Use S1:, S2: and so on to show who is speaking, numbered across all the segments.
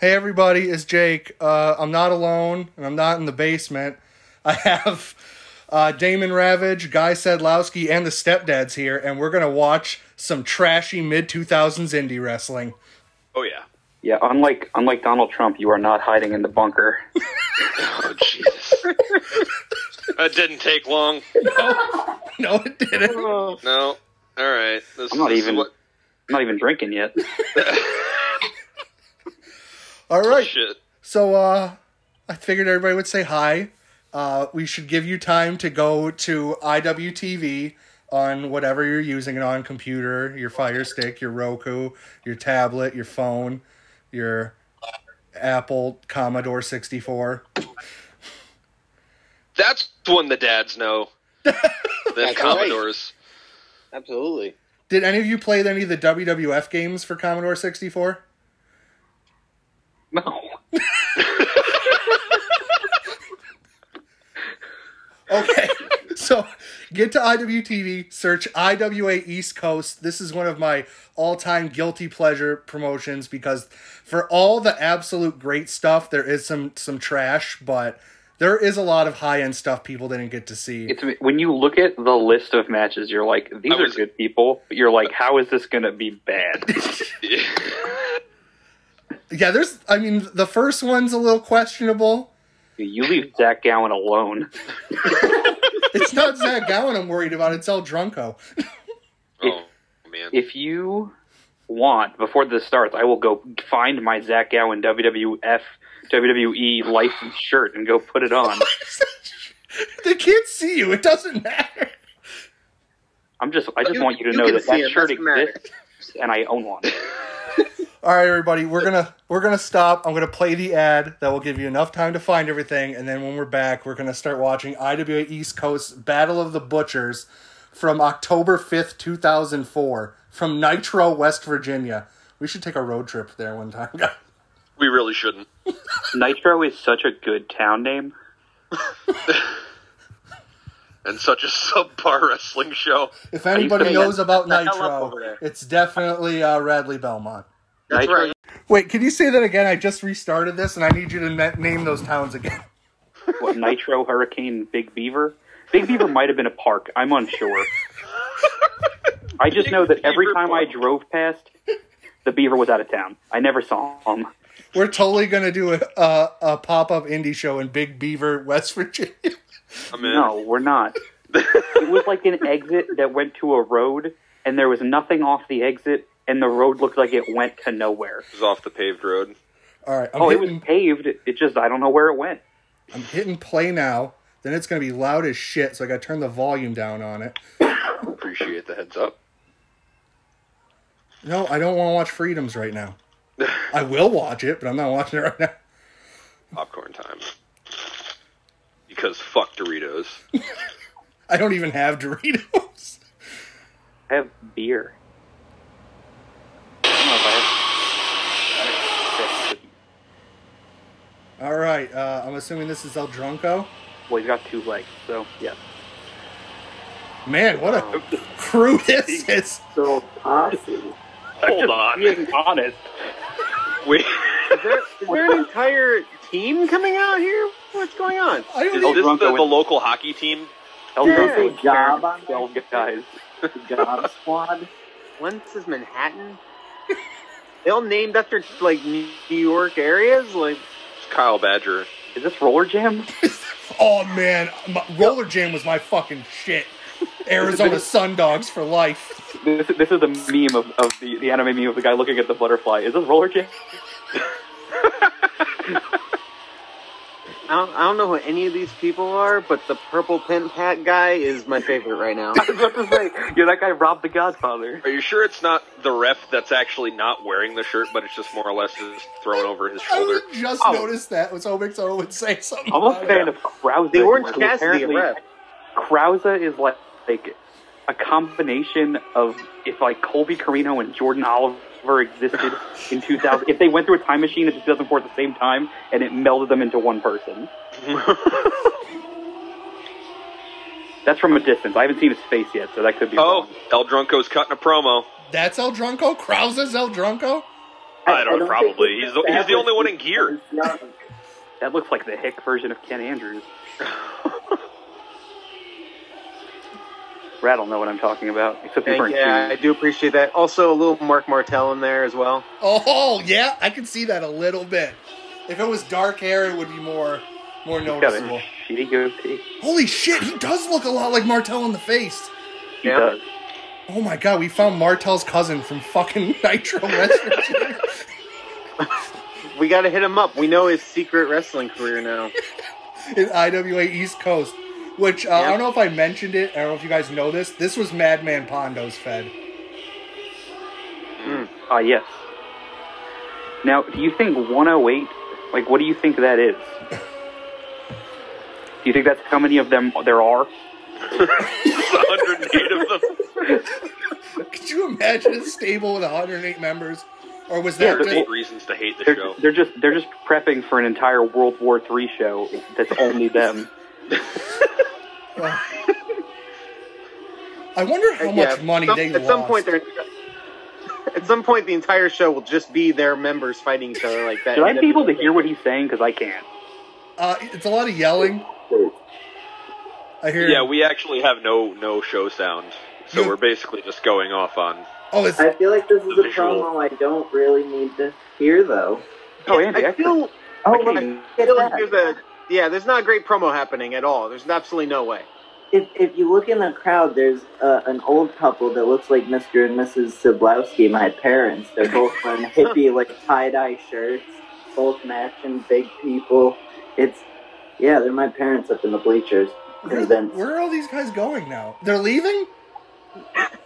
S1: Hey, everybody, it's Jake. Uh, I'm not alone, and I'm not in the basement. I have uh, Damon Ravage, Guy Sadlowski, and the stepdads here, and we're going to watch some trashy mid 2000s indie wrestling.
S2: Oh yeah.
S3: Yeah, unlike unlike Donald Trump, you are not hiding in the bunker.
S2: Oh Jesus. that didn't take long.
S1: No, it didn't.
S2: No. All right. This,
S3: I'm not
S2: this is
S3: even
S2: what-
S3: I'm not even drinking yet.
S1: All right.
S2: shit.
S1: So uh, I figured everybody would say hi. Uh, we should give you time to go to IWTV on whatever you're using it on computer, your Fire Stick, your Roku, your tablet, your phone, your Apple Commodore 64.
S2: That's one the dads know. the
S4: right.
S2: Commodores.
S4: Absolutely.
S1: Did any of you play any of the WWF games for Commodore 64?
S3: no.
S1: Okay. so get to IWTV, search IWA East Coast. This is one of my all time guilty pleasure promotions because for all the absolute great stuff, there is some some trash, but there is a lot of high end stuff people didn't get to see.
S3: It's when you look at the list of matches, you're like, these
S2: I was-
S3: are good people, but you're like, how is this gonna be bad?
S1: yeah, there's I mean the first one's a little questionable.
S3: you leave Zach Gowen alone.
S1: It's not Zach Gowen I'm worried about, it's El Drunko.
S2: oh man.
S3: If you want, before this starts, I will go find my Zach Gowen WWF WWE licensed E shirt and go put it on.
S1: they can't see you, it doesn't matter.
S3: I'm just I just
S4: You-
S3: want you to
S4: you
S3: know
S4: can
S3: that
S4: see
S3: that
S4: it,
S3: shirt
S4: doesn't matter.
S3: exists and I own one.
S1: All right, everybody, we're gonna we're gonna stop. I'm gonna play the ad that will give you enough time to find everything, and then when we're back, we're gonna start watching IWA East Coast Battle of the Butchers from October 5th, 2004, from Nitro, West Virginia. We should take a road trip there one time.
S2: We really shouldn't.
S3: Nitro is such a good town name.
S2: And such a subpar wrestling show.
S1: if
S3: you
S1: anybody
S3: putting
S1: knows about
S4: the hell up over
S1: Nitro,
S4: there?
S1: it's definitely uh, Radley Belmont.
S4: That's
S3: Nitro-
S4: right.
S1: Wait, can you say that again? I just restarted this, and I need you to na- name those towns again.
S3: What Nitro Hurricane Big Beaver? Big Beaver might have been a park. I'm unsure. I just know that every
S2: Beaver
S3: time I
S2: Park.
S3: drove past, the beaver was out of town. I never saw him.
S1: We're totally gonna do a a, a pop up indie show in Big Beaver, West Virginia.
S2: I mean,
S3: No, we're not. It was like an exit that went to a road, and there was nothing off the exit, and the road looked like it went to nowhere.
S2: it was off the paved road.
S1: All right, I'm
S3: Oh, it
S1: hitting,
S3: was paved. It just I don't know where it went.
S1: I'm hitting play now. Then it's gonna be loud as shit, so I gotta turn the volume down on it.
S2: Appreciate the heads up.
S1: No, I don't want to watch Freedoms right now. I will watch it, but I'm not watching it right now.
S2: Popcorn time. Because fuck Doritos.
S1: I don't even have Doritos.
S3: I have beer. I don't know if I have.
S1: All right, uh, I'm assuming this is El Drunko.
S3: Well, he's got two legs, so yeah.
S1: Man, what a crew this is!
S4: So posse.
S2: Hold on.
S3: Being honest,
S2: Wait.
S4: Is there, is there an entire team coming out here? What's going on?
S1: I don't
S2: Is
S1: even,
S2: this the,
S3: Drunko
S2: the
S3: with-
S2: local hockey team?
S3: El
S4: Yeah.
S3: Drunko is
S4: Job
S3: job
S4: on
S3: twelve
S4: that.
S3: guys.
S4: Job Squad. Once is Manhattan. They all named after like New York areas. Like
S2: It's Kyle Badger.
S3: Is this Roller Jam?
S1: oh man, my, Roller Jam was my fucking shit. Arizona Sundogs for life.
S3: This, this is the meme of, of the, the anime meme of the guy looking at the butterfly. Is this Roller Jam?
S4: I don't, I don't know who any of these people are, but the purple pin hat guy is my favorite right now.
S3: I was about to say, yeah, that guy robbed the Godfather.
S2: Are you sure it's not the ref that's actually not wearing the shirt, but it's just more or less just thrown over his shoulder?
S1: I just
S3: Oh.
S1: noticed that. Was hoping someone would say something.
S3: I'm a fan of Krause.
S4: The Orange
S3: who
S4: Cassidy
S3: apparently-
S4: rep.
S3: Krause is like, like a combination of if like Colby Carino and Jordan Oliver existed in 2000, if they went through a time machine in 2004 at the same time and it melded them into one person. That's from a distance. I haven't seen his face yet, so that could be.
S2: Oh,
S3: wrong.
S2: El Drunko's cutting a promo.
S1: That's El Drunko. Krause's El Drunko.
S2: I don't know,
S5: think
S2: probably.
S5: it's
S2: He's the- he's the only one in gear.
S5: established.
S3: That looks like the Hick version of Ken Andrews. Rat'll know what I'm talking about, except he's
S4: And
S3: wearing
S4: yeah, I
S3: shoes.
S4: do appreciate that. Also, a little Mark Martell in there as well.
S1: Oh yeah, I can see that a little bit. If it was dark hair, it would be more more
S3: Got a
S1: noticeable.
S3: shitty goatee.
S1: Holy shit, he does look a lot like Martel in the face.
S3: He
S4: Yeah.
S3: does.
S1: Oh my god, we found Martel's cousin from fucking Nitro Wrestling.
S4: We got to hit him up. We know his secret wrestling career now.
S1: in IWA East Coast. Which uh, I don't know if I mentioned it. I don't know if you guys know this. This was Madman Pondo's fed.
S3: Ah, yes. Now, do you think 108? Like, what do you think that is? Do you think that's how many of them there are?
S2: It's 108 of them.
S1: Could you imagine a stable with 108 members? Or was
S3: Yeah,
S1: that
S3: but-
S1: just
S2: Eight reasons to hate the
S3: They're,
S2: show.
S3: they're just they're just prepping for an entire World War III show that's only them.
S1: I wonder how much
S4: Yeah,
S1: money
S4: some-
S1: they
S4: at
S1: lost.
S4: some point they're. At some point, the entire show will just be their members fighting each other like that.
S3: Should I be able to hear what he's saying? Because I can't.
S1: uh, it's a lot of yelling. I hear.
S2: Yeah, we actually have no no show sound, so
S1: You-
S2: we're basically just going off on.
S1: oh, it's,
S5: I feel like this is
S2: The
S5: a
S2: visual.
S5: promo I don't really need to hear, though.
S3: Oh, Andy,
S4: I feel,
S3: Oh,
S4: I feel like there's a yeah. There's not a great promo happening at all. There's absolutely no way.
S5: If, if you look in the crowd, there's uh, an old couple that looks like Mr. and Mrs. Siblowski, my parents. They're both wearing hippie, like tie dye shirts, both matching big people. It's, yeah, they're my parents up in the bleachers.
S1: where,
S5: Convinced.
S1: where are all these guys going now? They're leaving.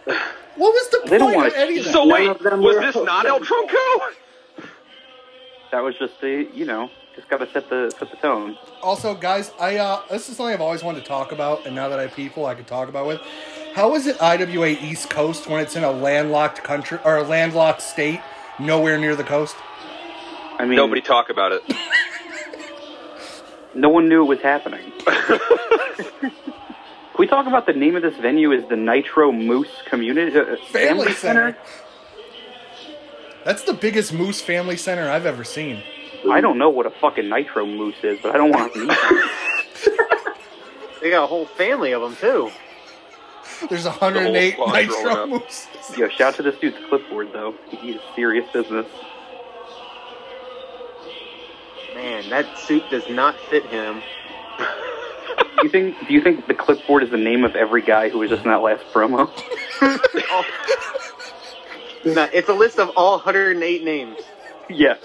S1: What was the
S3: They don't
S1: point
S3: wanna-
S1: of any of that?
S2: So
S5: None
S2: wait,
S5: of them
S2: was
S5: were-
S2: this not El Tronco?
S3: That was just the you know just gotta set the set the tone.
S1: Also, guys, I uh, this is something I've always wanted to talk about, and now that I have people I can talk about with. How is it IWA East Coast when it's in a landlocked country or a landlocked state, nowhere near the coast?
S3: I mean,
S2: Nobody talk about it.
S3: no one knew it was happening. Can we talk about the name of this venue is the Nitro Moose Community uh,
S1: Family, center. That's the biggest moose family center I've ever seen.
S3: I don't know what a fucking Nitro Moose is, but I don't want to meet them.
S4: They got a whole family of them too.
S1: There's 108
S2: The whole squad's
S1: nitro
S2: rolling
S1: moose.
S3: Yo, shout out to this dude's clipboard though. He is serious business.
S4: Man, that suit does not fit him.
S3: Do you think? Do you think the clipboard is the name of every guy who was just in that last promo?
S4: All- No, it's a list of all 108 names.
S3: yeah.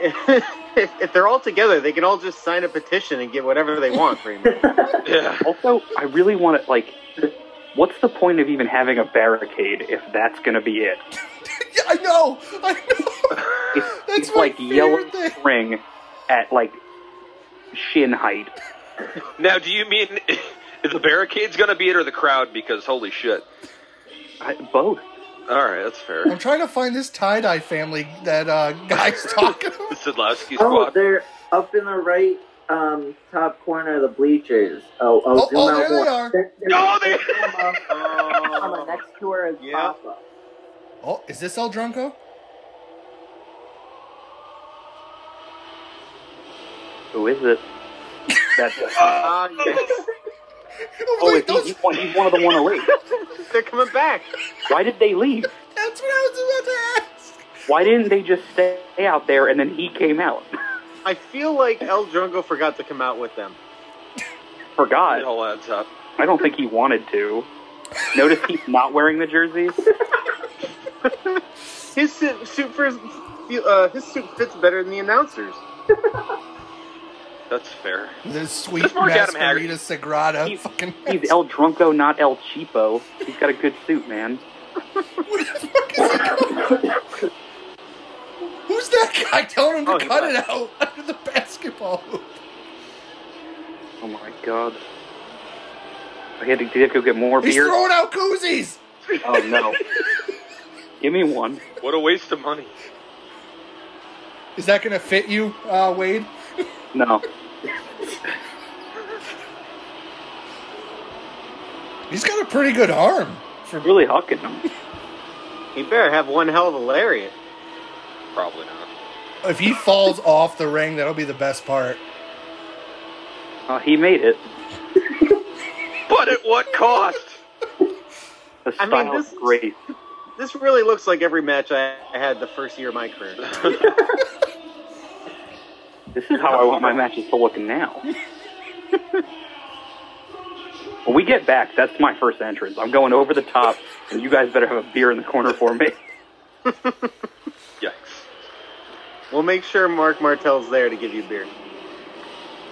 S4: if, if they're all together, they can all just sign a petition and get whatever they want. Pretty much.
S2: Yeah.
S3: Also, I really want to like. What's the point of even having a barricade if that's gonna be it?
S1: Yeah, I know. I know.
S3: It's,
S1: That's
S3: it's
S1: my
S3: like yellow
S1: favorite thing.
S3: spring at like shin height.
S2: Now, do you mean is the barricade's gonna be it or the crowd? Because holy shit!
S3: I, both.
S2: All right, that's fair.
S1: I'm trying to find this tie dye family that uh, guys talking
S2: The
S1: about.
S2: Sidlowski
S5: Oh,
S2: squad.
S5: they're up in the right um, top corner of the bleachers. Oh,
S1: Oh,
S5: oh, zoom
S1: oh,
S5: out
S1: there they
S5: more.
S1: are.
S5: They're- they're-
S2: No, they-
S5: they're from, uh, from the
S4: Oh.
S5: next to her is
S4: Yeah.
S5: Papa.
S1: Oh, is this El Drunko?
S3: Who is it? That's
S4: Ah, yes.
S1: Oh,
S3: oh,
S1: wait,
S3: it's-
S1: those,
S3: he's, one, he's one of the 108.
S4: They're coming back.
S3: Why did they leave?
S1: that's what I was about to ask.
S3: Why didn't they just stay out there and then he came out?
S4: I feel like El Drongo forgot to come out with them.
S2: It
S3: Forgot.
S2: all adds up.
S3: I don't think he wanted to. Notice he's not wearing the jersey.
S4: His suit, suit for his, uh, his suit fits better than the announcers.
S2: That's fair.
S1: This sweet
S2: Let's mark Adam
S1: Masquerita Sagrada.
S3: He's-
S1: fucking
S3: He's El Drunko, not El Cheapo. He's got a good suit, man.
S1: What the fuck is he doing? Who's that guy telling him to
S4: Oh, he
S1: cut it out under the basketball hoop?
S3: Oh my god. I had to, did I have to go get more
S1: He's
S3: beer.
S1: throwing out koozies.
S3: Oh no. Give me one.
S2: What a waste of money.
S1: Is that gonna fit you, uh, Wade?
S3: No.
S1: He's got a pretty good arm. For
S3: Really hucking him.
S4: He better have one hell of a lariat.
S2: Probably not.
S1: If he falls off the ring, that'll be the best part.
S3: Uh, he made it.
S2: But at what cost?
S3: The
S4: I
S3: style
S4: mean, this
S3: is
S4: is-
S3: great.
S4: This really looks like every match I I had the first year of my career.
S3: This is how I want my matches to look now. when we get back, that's my first entrance. I'm going over the top, and you guys better have a beer in the corner for me.
S2: Yikes.
S4: We'll make sure Mark Martel's there to give you beer.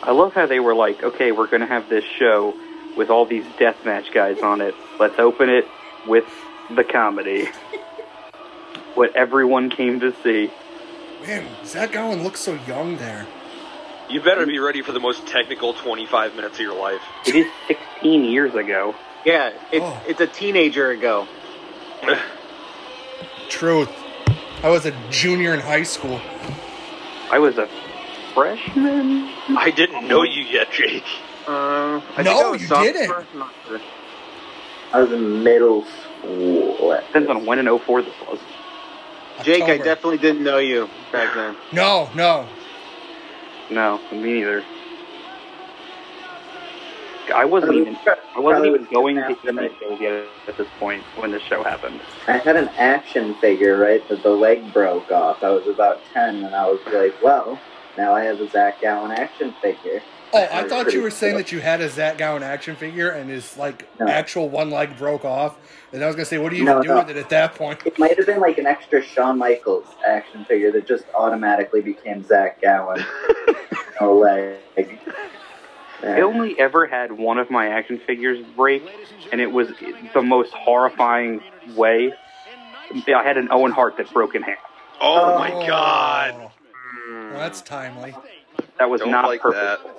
S3: I love how they were like, okay, we're going to have this show with all these deathmatch guys on it. Let's open it with the comedy. what everyone came to see.
S1: Man, Zach Gowen looks so young there.
S2: You better be ready for the most technical 25 minutes of your life.
S3: It is 16 years ago.
S4: Yeah, it's
S1: Oh.
S4: it's a teenager ago.
S1: Truth. I was a junior in high school.
S3: I was a freshman.
S2: I didn't know you yet, Jake.
S4: Uh, I think
S1: No,
S4: I was
S1: you
S4: sophomore.
S1: didn't.
S4: Not sure.
S5: I was in middle school. at
S3: Depends
S5: this.
S3: on when in 04 this was.
S4: Jake, I
S1: October.
S4: definitely didn't know you back then.
S1: No, no.
S3: No, me neither. I wasn't
S5: I
S3: even
S5: was-
S3: I wasn't even going to
S5: after
S3: indie
S5: that.
S3: shows yet at this point when this show happened.
S5: I had an action figure, right, that the leg broke off. I was about 10, and I was like, well, now I have a Zach Gowen action figure.
S1: Oh, I thought you were saying that you had a Zach Gowen action figure and hhis like
S5: No.
S1: actual one leg broke off. And I was gonna say, what do you
S5: No,
S1: even do
S5: no.
S1: with it at that point?
S5: It might have been like an extra Shawn Michaels action figure that just automatically became Zach Gowen. no leg.
S3: I
S5: Yeah.
S3: only ever had one of my action figures break, and it was the most horrifying way. I had an Owen Hart that broke in half.
S2: Oh,
S5: Oh.
S2: my god.
S1: Oh, Well, that's timely.
S3: That was
S2: Don't
S3: not
S2: like
S3: perfect.
S2: that.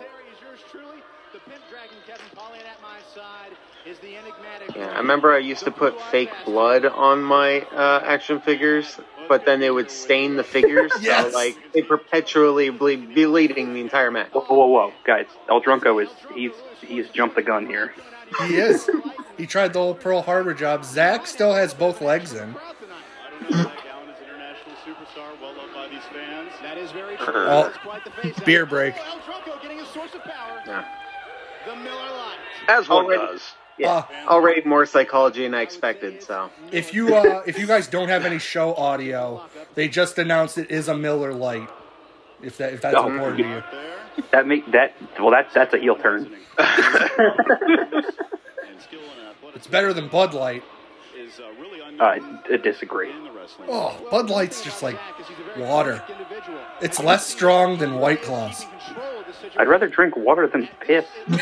S4: Yeah, I remember I used to put fake blood on my uh, action figures, but then it would stain the figures.
S1: Yes.
S4: So like they perpetually ble- bleeding the entire match.
S3: Whoa, whoa, whoa, guys! El Drunko is he's he's jumped the gun here.
S1: He is. He tried the old Pearl Harbor job. Zach still has both legs in.
S6: That is very true.
S2: Oh.
S6: That's quite the face.
S1: Beer break.
S6: Oh, El Tronco getting his source of power.
S4: Yeah.
S6: The Miller Lite.
S2: As one
S4: Already-
S2: does.
S4: Yeah.
S1: Uh,
S4: Already more psychology than I expected. So
S1: if you uh, if you guys don't have any show audio, they just announced it is a Miller Light. If that if that's
S3: Oh.
S1: important to you.
S6: There.
S3: That make that well that's that's a heel turn.
S6: And skill and athleticism
S1: It's better than Bud Light.
S6: is, uh, really unknown
S3: Uh, I disagree.
S6: in the wrestling.
S1: Oh, Bud Light's just like water.
S6: Individual.
S1: It's less strong than White Claws.
S6: Control of the situation.
S3: I'd rather drink water than piss.
S6: Show of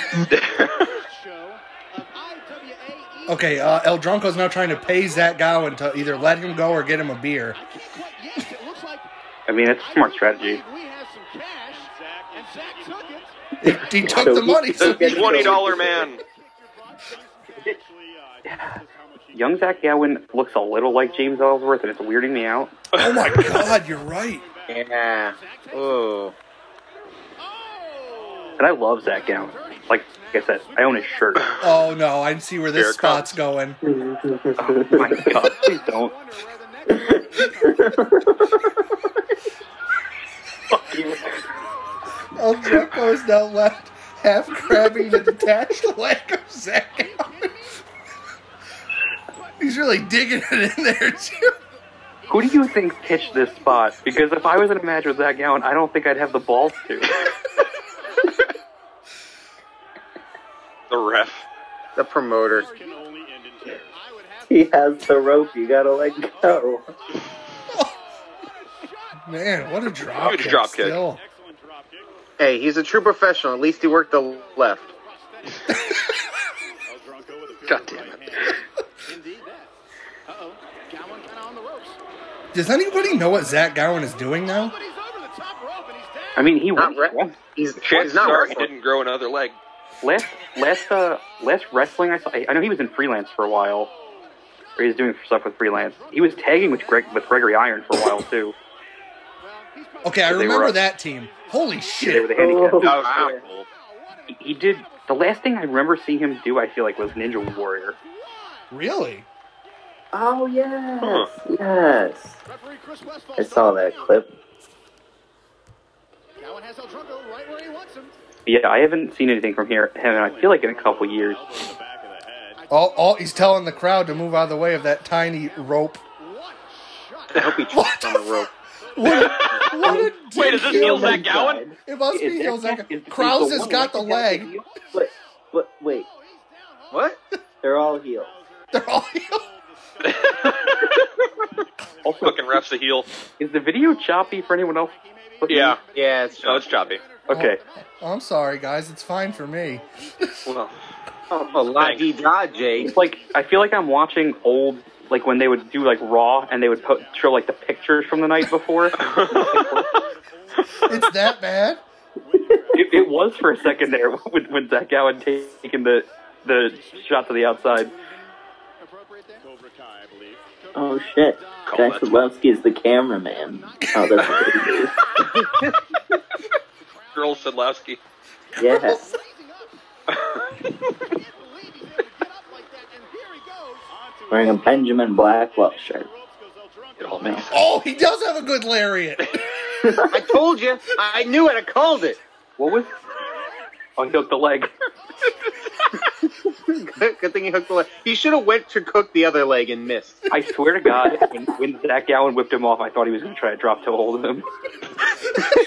S6: IWAE.
S1: Okay, uh, El Drunko's now trying to pay Zach Gowen to either let him go or get him a beer.
S6: I can't quite- yes, it looks like
S3: I mean, it's a smart strategy.
S6: We have some cash, and Zach took it.
S1: He, he took the money. So he,
S2: $20 man.
S3: Young Zach Gowen looks a little like James Ellsworth, and it's weirding me out.
S1: oh my God, you're right.
S4: yeah. Oh.
S6: Oh,
S3: And I love Zach Gowen. Like I said, I own his shirt.
S1: Oh no, I see where this
S2: Here it
S1: spot's going.
S3: Oh my god, please don't.
S1: El Drunko Oh, is now left half grabbing the detached leg of Zach Gowen. He's really digging it in there too.
S3: Who do you think pitched this spot? Because if I was in a match with Zach Gowen, I don't think I'd have the balls to.
S2: The ref.
S4: The promoter.
S5: He has the rope. You gotta let go.
S1: Man, what a drop
S2: Huge
S1: kick.
S2: drop kick.
S1: still.
S4: Hey, he's a true professional. At least he worked the left.
S2: God damn it.
S6: Indeed that. Uh-oh. Gowan kind of on the ropes.
S1: Does anybody know what Zach Gowen is doing now?
S6: But he's over the top rope and he's down.
S3: I mean, he
S4: Not
S3: was
S4: re- He's, he's
S2: Chances
S4: not
S2: are he
S4: wrestling.
S2: didn't grow another leg.
S3: last last uh last wrestling I saw. I know he was in freelance for a while, or he was doing stuff with freelance. He was tagging with Greg with Gregory Iron for a while too.
S1: Okay, I
S3: They were
S1: remember
S3: up.
S1: that team. Holy
S3: They were
S1: shit.
S3: the handicap.
S5: Oh.
S2: That was kind of cool.
S3: He- He did the last thing I remember seeing him do. I feel like was Ninja Warrior.
S1: Really?
S5: Oh yes,
S2: Huh.
S5: yes.
S6: Referee Chris Westphal
S5: I saw
S6: stopped the
S5: that
S6: count.
S5: clip.
S6: Gowan has El Tronco right where he wants him.
S3: Yeah, I haven't seen anything from here. Him, I feel like in a couple years.
S1: Oh, oh, he's telling the crowd to move out of the way of that tiny rope.
S6: What shot?
S4: I hope he tripped on the rope.
S1: What a, what a
S2: Wait, is
S1: dick
S2: this
S1: heel.
S2: Neil Zach Gowan?
S1: It must be
S5: Is
S1: heel
S5: there-
S1: Zach.
S5: is- is
S1: Krause has
S5: one
S1: got the
S5: that
S1: leg.
S5: heel? But but wait,
S4: What?
S5: they're all heels.
S1: They're all heel.
S2: Also, fucking refs a heel.
S3: Is the video choppy for anyone else?
S2: Yeah,
S4: Yeah, it's
S2: no, it's choppy.
S3: Okay.
S1: Oh, I'm sorry, guys. It's fine for me.
S2: Well,
S4: a lot de da, Jake.
S3: It's like I feel like I'm watching old, like when they would do like Raw and they would po- show like the pictures from the night before.
S1: It's that bad.
S3: It, it was for a second there when, when Zach Gowan taking the the shot to the outside.
S5: Oh shit! Guy
S2: that's-
S5: Lebowski is the cameraman. Oh, that's what he is.
S2: girl Sedlowski.
S5: yeah. Wearing a Benjamin Blackwell shirt.
S2: It all makes sense.
S1: Oh, he does have a good lariat.
S4: I told you. I knew it. I called it.
S3: What was? Oh, he hooked the leg.
S4: Good, good thing he hooked the leg. He should have went to cook the other leg and missed.
S3: I swear to God, when, when Zach Gowan whipped him off, I thought he was going to try to drop toe hold of him.
S6: uh,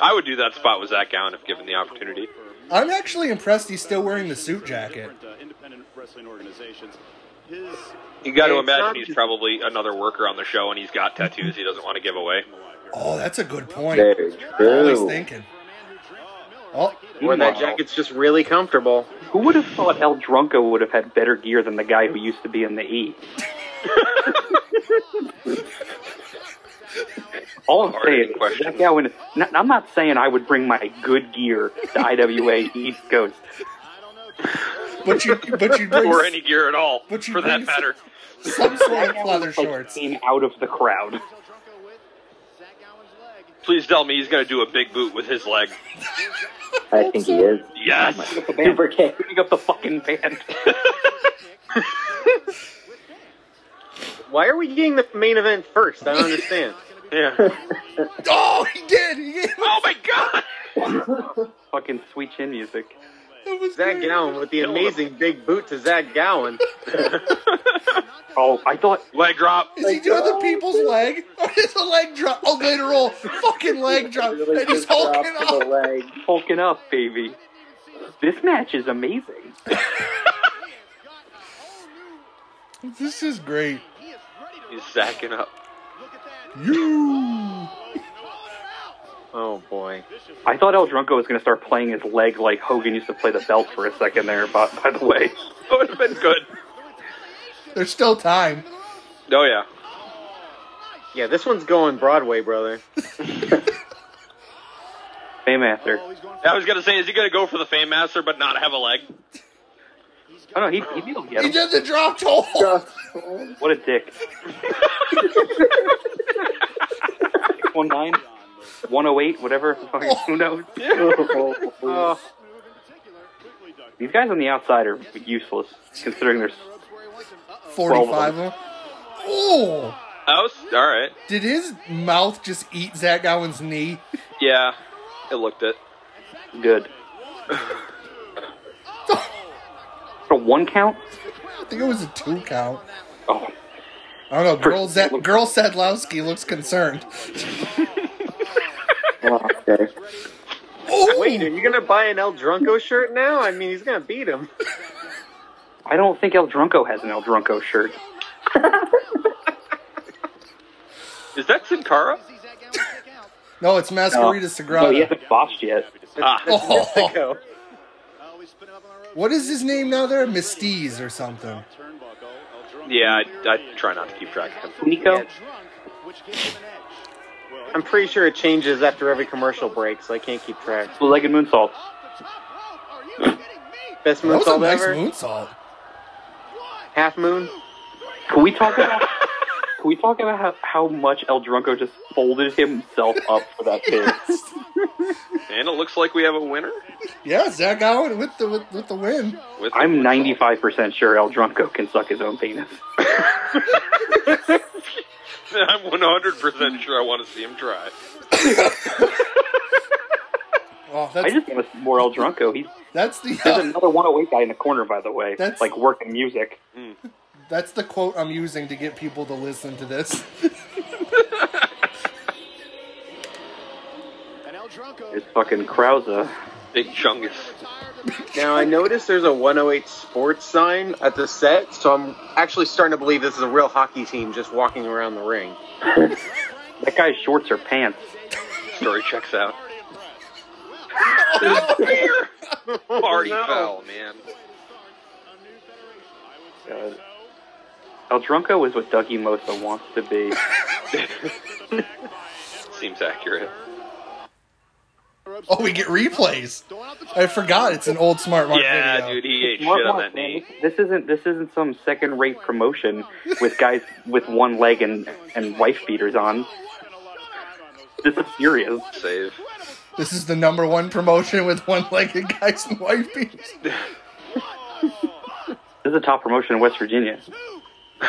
S2: I would do that spot with Zach Gowan if given the opportunity.
S1: I'm actually impressed he's still wearing the suit jacket.
S6: uh,
S2: You got to
S4: Yeah, it's
S2: imagine
S4: not-
S2: he's probably another worker on the show, and he's got tattoos he doesn't want to give away.
S1: Oh, that's a good point.
S5: Very
S1: Always
S5: true.
S1: thinking. Oh,
S4: Or that jacket's just really comfortable.
S3: Who would have thought El Drunko would have had better gear than the guy who used to be in the E? All I'm
S2: Hard
S3: saying,
S2: question.
S3: Zach Gowen. n- I'm not saying I would bring my good gear to IWA East Coast.
S1: but you, but you bring
S2: Or any gear at all,
S1: But you
S2: for that
S1: bring-
S2: matter.
S1: some sort
S3: Zach
S1: of
S3: Gowen
S1: leather
S3: was, like,
S1: shorts.
S3: Came out of the crowd.
S2: Please tell me he's going to do a big boot with his leg.
S5: I think he is.
S2: Yes!
S5: Super kick.
S3: Picking up the fucking band.
S4: Why are we getting the main event first? I don't understand.
S2: Yeah.
S1: Oh, he did. He gave
S2: Oh my god!
S3: fucking sweet chin music.
S1: That was
S4: Zach
S1: great.
S4: Gowan with the amazing big boot to Zach Gowan.
S3: Oh, I thought
S2: Leg drop.
S1: Is he doing the people's leg? Or is the leg drop? Oh, later roll. Fucking leg drop.
S5: Really
S1: And he's
S5: just dropped
S1: hulking
S5: to the
S1: up.
S5: leg.
S3: hulking up, baby. This match is amazing.
S1: This is great.
S2: He's sacking up.
S1: You.
S4: Oh boy.
S3: I thought El Drunko was going to start playing his leg like Hogan used to play the belt for a second there, but by the way.
S2: That would have been good.
S1: There's still time.
S2: Oh yeah.
S4: Yeah, this one's going Broadway, brother.
S3: Fame Master.
S2: I was going to say, is he going to go for the Fame Master but not have a leg?
S3: Oh, no, he, he did get
S1: He
S3: him.
S1: did the drop toe.
S3: What a dick. 619? 108, whatever. Fucking, who knows?
S4: Oh,
S3: These guys on the outside are useless, considering there's.
S1: 45 of them. Oh.
S2: Oh, alright.
S1: Did his mouth just eat Zach Gowen's knee?
S2: Yeah. It looked it.
S3: Good. For one count?
S1: I think it was a two count.
S3: Oh,
S1: I don't know. Girl, Zach, girl Sadlowski looks concerned.
S5: Okay.
S1: Oh.
S4: wait, are you gonna buy an El Drunko shirt now? I mean, he's gonna beat him.
S3: I don't think El Drunko has an El Drunko shirt.
S2: Is that Sin Cara?
S1: No, it's Masquerita
S3: No, he
S1: Sagrada.
S3: hasn't botched yet.
S2: Ah.
S1: Oh.
S4: Mexico.
S1: What is his name now there? Mistiz or something.
S2: Yeah, I, I try not to keep track of him.
S3: Nico?
S4: I'm pretty sure it changes after every commercial break, so I can't keep track.
S3: Blue legged moonsault.
S4: Best
S1: That was a
S4: moonsault
S1: nice
S4: ever.
S1: moonsault.
S4: Half moon.
S3: Can we talk about can we talk about how, how much El Drunko just folded himself up for that pin?
S2: And it looks like we have a winner.
S1: Yeah, Zach Gowen with the with, with the win.
S2: With
S3: I'm 95% sure El Drunko can suck his own penis.
S2: I'm 100% sure I want to see him try.
S1: Oh,
S3: I
S1: that's
S3: just want to see more El Drunko. He's
S1: that's the
S3: there's another 108 guy in the corner, by the way.
S1: That's-
S3: like working music.
S1: that's the quote I'm using to get people to listen to this.
S6: And El Drunko
S3: There's fucking Krause.
S2: Big Chungus.
S6: tired of being
S4: Now I noticed there's a 108 Sports sign at the set, so I'm actually starting to believe this is a real hockey team just walking around the ring.
S3: That guy's shorts are pants.
S2: Story checks out. Party
S6: already impressed.
S4: No.
S2: foul, man.
S3: God. uh, El Drunko is what Dougie Mosa wants to be.
S2: Seems accurate.
S1: Oh, we get replays. I forgot it's an old smart mark
S2: yeah,
S1: video.
S2: dude, he ate
S3: What-
S2: shit on
S3: what,
S2: that
S3: man?
S2: knee.
S3: This isn't this isn't some second rate promotion with guys with one leg and and wife beaters on. This is serious.
S2: Save.
S1: This is the number one promotion with one-legged guys and wife beaters.
S3: This is a top promotion in West Virginia.
S6: Oh.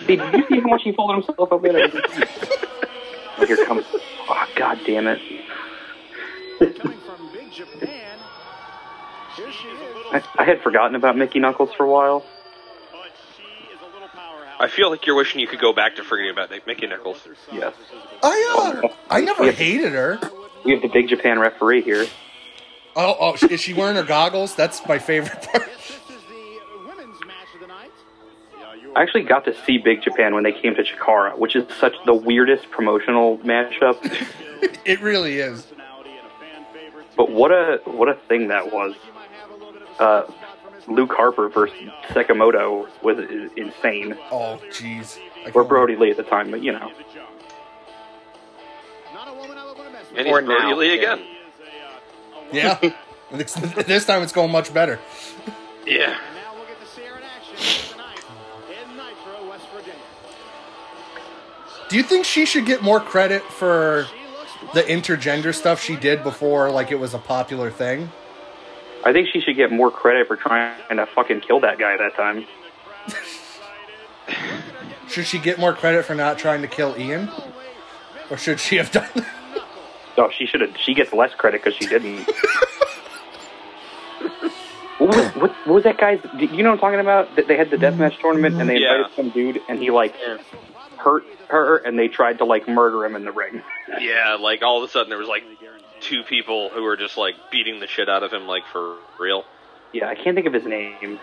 S3: See, did you see how much he folded himself up there? Oh, Here comes. Oh, God damn it.
S6: Coming from Big Japan. Here she is.
S3: I, I had forgotten about Mickey Knuckles for a while.
S6: But she is a little powerhouse.
S2: I feel like you're wishing you could go back to forgetting about Nick Mickey Nichols.
S3: Yes.
S1: I uh, I never hated her.
S3: We have the big Japan referee here.
S1: Oh, oh, sh- is she wearing her goggles? That's my favorite part.
S6: Yes, this is the women's match of the night. Yeah, you
S3: I actually got to see Big Japan when they came to Chikara, which is such the weirdest promotional matchup.
S1: It really is.
S6: personality and a fan favorite.
S3: But what a what a thing that was.
S6: You might have a little bit of a
S3: Uh,
S6: soft spot from his
S3: Luke Harper versus
S6: uh,
S3: Sekimoto was i- insane.
S1: Oh, jeez. I
S3: Or
S1: can't-
S3: Brody Lee at the time, but you know.
S6: the jump. Not a woman I would want to mess with.
S2: And he's
S4: Or now,
S2: Brody Lee
S4: yeah.
S2: again.
S6: He is a, uh, a
S1: Yeah.
S6: woman.
S1: This, this time it's going much better.
S2: Yeah.
S6: And now we'll get to see her in action tonight in Nitro, West Virginia.
S1: Do you think she should get more credit for
S6: She looks
S1: the intergender stuff she did before, like it was a popular thing?
S3: I think she should get more credit for trying to fucking kill that guy that time.
S1: Should she get more credit for not trying to kill Ian, or should she have done? That?
S3: Oh, she should have. She gets less credit because she didn't. what, was, what, what was that guy's? do You know what I'm talking about? That They had the deathmatch tournament and they
S2: Yeah.
S3: invited some dude and he like hurt her and they tried to like murder him in the ring.
S2: Yeah, like all of a sudden there was like two people who were just like beating the shit out of him, like for real.
S3: Yeah, I can't think of his name.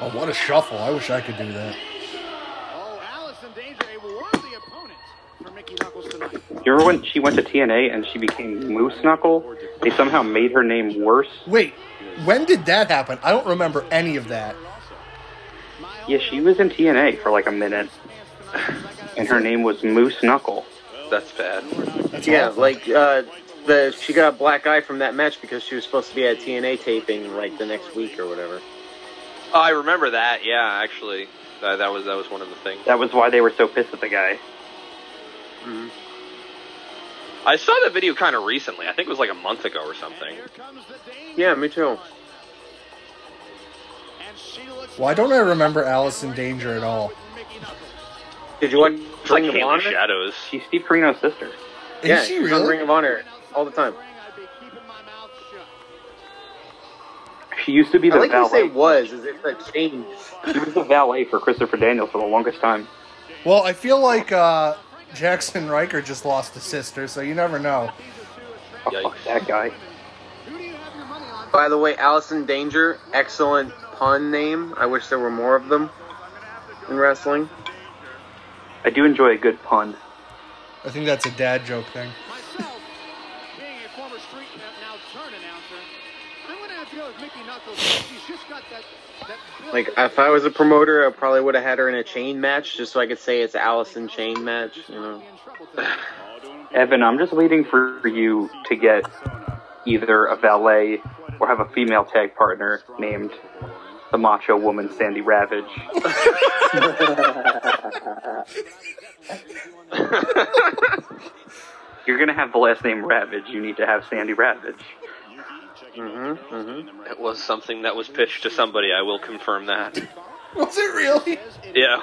S1: Oh, what a shuffle! I wish I could do that.
S6: Oh, Allison Danger, a worthy opponent for Mickey Knuckles tonight.
S3: You remember when she went to TNA and she became Moose Knuckle? They somehow made her name worse.
S1: Wait, when did that happen? I don't remember any of that.
S3: Yeah, she was in TNA for like a minute, and her name was Moose Knuckle.
S2: That's bad.
S4: yeah, like uh, the she got a black eye from that match because she was supposed to be at a TNA taping like the next week or whatever.
S2: Oh, I remember that. Yeah, actually, that, that was that was one of the things.
S3: That was why they were so pissed at the guy.
S2: I saw that video kind of recently. I think it was like a month ago or something.
S4: Yeah, me too.
S1: Why don't I remember Alice in Danger at all?
S4: Did you watch
S2: It's like
S4: Ring of
S2: King
S4: Honor?
S2: Shadows.
S3: She's Steve Carino's sister.
S1: Is
S4: yeah,
S1: she
S4: she's on Ring
S1: really?
S4: of Honor all the time.
S3: She used to be
S4: I
S3: the
S4: like you say
S3: valet.
S4: was, as if that changed.
S3: She was the valet for Christopher Daniels for the longest time.
S1: Well, I feel like uh, Jackson Riker just lost a sister, so you never know.
S3: Oh, fuck
S2: Yikes.
S3: that guy.
S4: By the way, Allison Danger, excellent pun name. I wish there were more of them in wrestling.
S3: I do enjoy a good pun.
S1: I think that's a dad joke thing.
S6: Myself, being a former street and now turn announcer, I'm going to have to go with Mickey Knuckles. She's just got that, that build.
S4: Like, if I was a promoter, I probably would have had her in a chain match just so I could say it's Allison chain match. You know,
S3: Evan, I'm just waiting for you to get either a valet or have a female tag partner named the macho woman Sandy Ravage. You're gonna have the last name Ravage. You need to have Sandy Ravage.
S4: Mm-hmm, mm-hmm.
S2: That was something that was pitched to somebody. I will confirm that.
S1: Was it really?
S3: Mm-hmm.
S2: Yeah.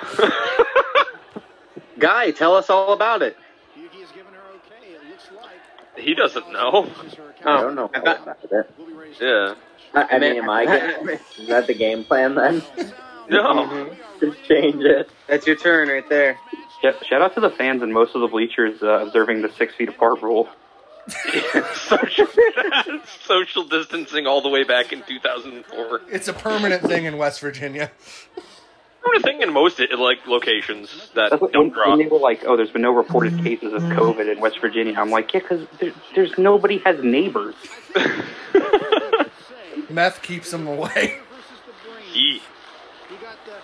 S4: Guy, tell us all about it.
S6: Yuki has given her okay. It looks like.
S2: he doesn't know.
S6: This is her
S4: Oh.
S5: I don't know
S4: I
S5: about it.
S6: We'll be raised.
S2: Yeah.
S5: I, I mean, am I getting, is that the game plan then?
S2: No.
S5: to change it.
S4: That's your turn right there.
S3: Sh- Shout out to the fans and most of the bleachers uh, observing the six feet apart rule.
S2: social, social distancing all the way back in 2004.
S1: It's a permanent thing in West Virginia.
S2: I'm thinking most like locations that
S3: That's what,
S2: don't
S3: when,
S2: draw.
S3: when they were like, "Oh, there's been no reported cases of COVID in West Virginia," I'm like, "Yeah, because there, there's nobody has neighbors."
S1: Meth keeps them away.
S6: Versus the brain.
S2: Yee.
S6: You got the,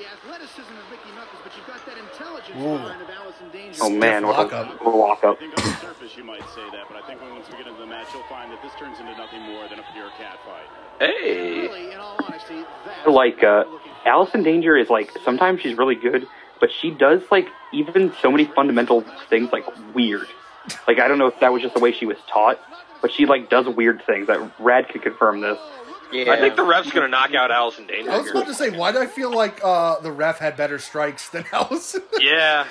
S6: the athleticism of Mickey Knuckles, but you've got that intelligence
S1: Ooh.
S6: behind of Allison Danger.
S3: Oh man, what a
S1: lockup.
S3: what a lockup!
S7: I think on the surface you might say that, but I think when- once we get into the match, you'll find that this turns into nothing more than a pure cat fight.
S2: Hey.
S6: Really, in all honesty, that's
S3: Like, uh,
S6: what we're looking for.
S3: Allison Danger is like sometimes she's really good, but she does like even so many fundamental things like weird. Like I don't know if that was just the way she was taught, but she like does weird things. That Rad could confirm this.
S4: Yeah.
S2: I think the ref's going to knock out Allison Danger.
S1: I was about to say, why do I feel like uh, the ref had better strikes than Allison?
S2: Yeah.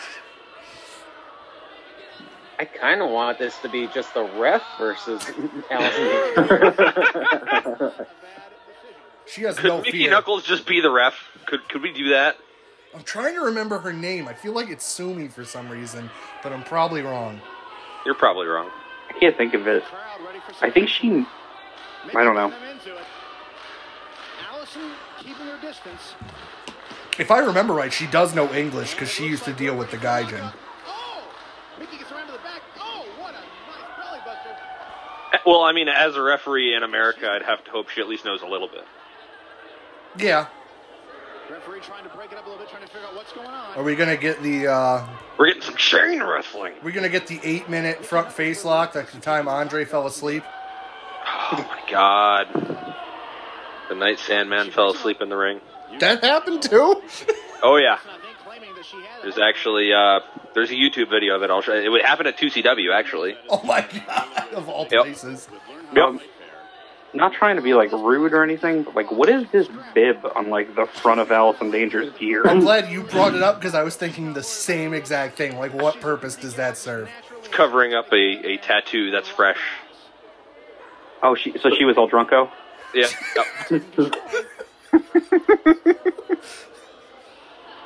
S4: I kind of want this to be just the ref versus Allison.
S1: She has
S2: Could
S1: no
S2: Mickey
S1: fear.
S2: Knuckles just be the ref? Could could we do that?
S1: I'm trying to remember her name. I feel like it's Sumi for some reason, but I'm probably wrong.
S2: You're probably wrong.
S3: I can't think of it.
S6: Crowd ready for some-
S3: I think she. I don't know.
S6: Them into it. Allison keeping her distance.
S1: If I remember right, she does know English because she used to deal with the gaijin.
S6: Oh! Mickey gets around to the back. Oh, what a nice belly buster.
S2: Eh, Well, I mean, as a referee in America, I'd have to hope she at least knows a little bit.
S1: Yeah.
S6: Referee trying to break it up a little bit, trying to figure out what's going on.
S1: Are we gonna get the uh
S2: We're getting some chain wrestling.
S1: we're gonna get the eight minute front face lock like the time Andre fell asleep?
S2: Oh my god. The night Sandman fell asleep in the ring.
S1: That happened too?
S2: Oh yeah.
S6: I think claiming that she had
S2: There's actually uh, there's a YouTube video of it. I'll show. It would happen at 2CW actually.
S1: Oh my god, of all
S2: Yep.
S1: places.
S3: Um, not trying to be like rude or anything, but like, what is this bib on like the front of Allison Danger's gear?
S1: I'm glad you brought it up because I was thinking the same exact thing. Like what purpose does that serve?
S2: It's covering up a, a tattoo that's fresh.
S3: Oh, she so she was all drunko.
S2: Yeah. Yep.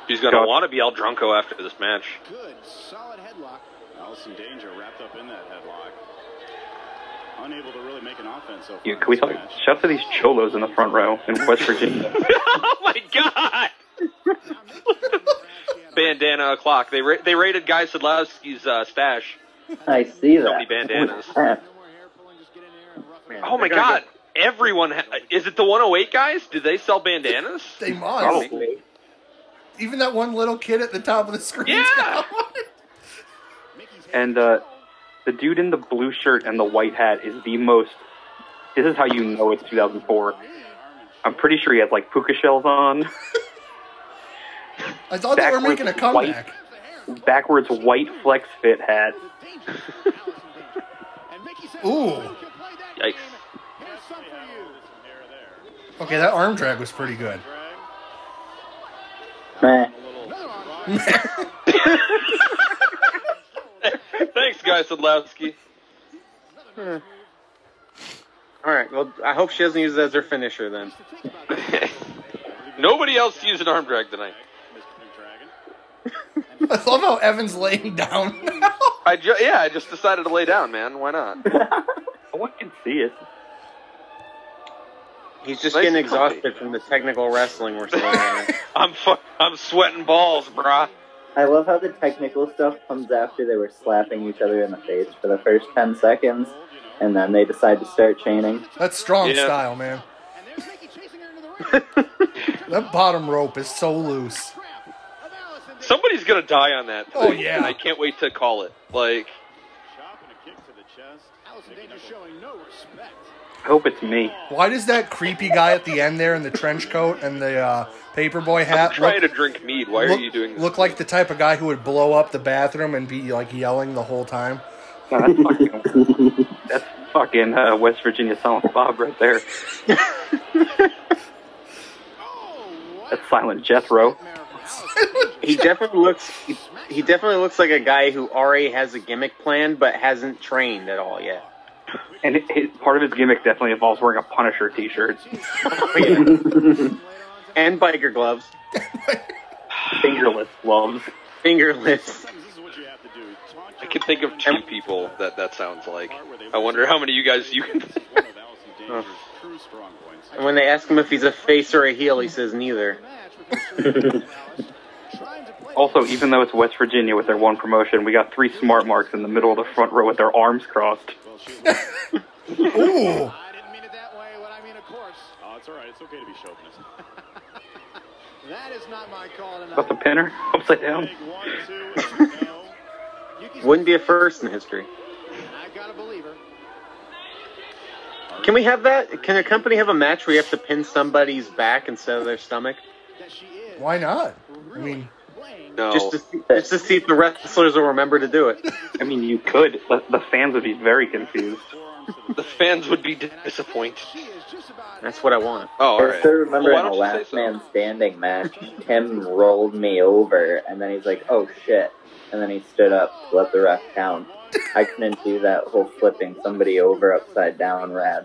S2: She's gonna want to be all drunko after this match.
S6: good, solid headlock.
S7: Allison Danger wrapped up in that headlock. Unable to really make an offense so far.
S3: Yeah,
S7: in
S3: can we
S7: this
S3: talk?
S7: match.
S3: Shout out to these cholos in the front row in West Virginia.
S2: oh my god! Bandana o'clock. They ra- they raided Guy Sadlowski's uh, stash.
S5: I see
S2: So many
S5: that.
S2: bandanas.
S6: No more hair pulling, just get in there and rough it
S4: Man.
S6: up.
S2: Oh my god! Everyone ha- is it the 108 guys? Do they sell bandanas?
S1: They must.
S5: Probably.
S1: Even that one little kid at the top of the screen.
S2: Yeah.
S6: Mickey's head
S3: and uh, the dude in the blue shirt and the white hat is the most. This is how you know it's 2004. I'm pretty sure he has like puka shells on,
S1: I thought they were
S3: Backwards
S1: making a
S3: white.
S1: comeback.
S6: grabs the hair.
S3: backwards white flex fit hat.
S6: The danger. Allison Danger. And Mickey says,
S1: Ooh.
S6: "You can play that
S2: Yikes.
S6: game. Here's some for you.
S7: There, there.
S1: Okay, that arm drag was pretty good.
S7: Greg,
S5: Meh.
S6: Another arm drag.
S2: Thanks, Guy Sadlowski.
S4: all right. Well, I hope she doesn't use it as her finisher then.
S2: Nobody else used an arm drag tonight.
S7: Mr. Pink Dragon.
S1: I love how Evan's laying down now.
S2: I ju- yeah, I just decided to lay down, man. Why not?
S3: No one can see it.
S4: He's just
S2: Nice
S4: getting
S2: company.
S4: exhausted from the technical wrestling we're seeing. right
S2: I'm fu- I'm sweating balls, brah.
S5: I love how the technical stuff comes after they were slapping each other in the face for the first 10 seconds, and then they decide to start chaining.
S1: That's strong
S2: Yeah.
S1: style, man.
S6: And there's Mickey chasing her into the ring.
S1: That bottom rope is so loose.
S6: Crap of Allison Danger.
S2: Somebody's gonna die on that.
S1: Oh,
S2: tonight,
S1: yeah.
S2: and I can't wait to call it. Like,
S7: Chop and a kick to the chest.
S6: Allison
S7: Mickey
S6: Danger
S7: Knuckles.
S6: showing no respect.
S3: I hope it's me.
S1: Why does that creepy guy at the end there in the trench coat and the uh, paperboy
S2: I'm
S1: hat
S2: trying
S1: look,
S2: to drink mead. Why are
S1: look-
S2: you doing this?
S1: look like the type of guy who would blow up the bathroom and be like yelling the whole time?
S3: No, that's fucking, that's fucking uh, West Virginia Silent Bob right there.
S6: Oh,
S3: That's Silent Jethro.
S4: He definitely looks. He, he definitely looks like a guy who already has a gimmick plan, but hasn't trained at all yet.
S3: And it, it, part of his gimmick definitely involves wearing a Punisher t shirt.
S4: And biker gloves,
S3: Fingerless gloves.
S4: fingerless.
S8: This is what you have to do. Taunt
S2: I
S8: your
S2: can think of two people that that sounds like. I wonder how many of you guys you Oh. can.
S8: This is one of Allison Danger's true strong points.
S4: And when they ask him if he's a face or a heel, he says neither.
S2: Oh.
S3: Also, even though it's West Virginia with their one promotion, we got three smart marks in the middle of the front row with their arms crossed.
S8: Well, shoot, look.
S1: Ooh,
S6: I didn't mean it that way, but I mean, of course.
S8: Oh, it's all right. It's okay to be chauvinist.
S6: That is not my call
S3: About the
S6: tonight.
S3: pinner? Upside down?
S8: Take one, two, and no.
S6: Yuki-
S4: Wouldn't be a first in history.
S6: I gotta believe her.
S4: Can we have that? Can a company have a match where you have to pin somebody's back instead of their stomach?
S6: That she is.
S1: why not? I
S6: really
S1: mean,
S6: playing
S2: No.
S4: Just to see, just to see if the wrestlers will remember to do it.
S3: I mean, you could, but the fans would be very confused.
S2: the fans would be disappointed.
S6: She is just about
S4: That's what I want.
S2: Oh, all
S5: I
S2: right.
S5: still remember
S2: Well,
S5: in
S2: why
S5: the
S2: don't you say
S5: last
S2: so?
S5: man standing match, Tim rolled me over, and then he's like, "Oh shit!" And then he stood up, let the ref count. I couldn't do that whole flipping somebody over upside down rad.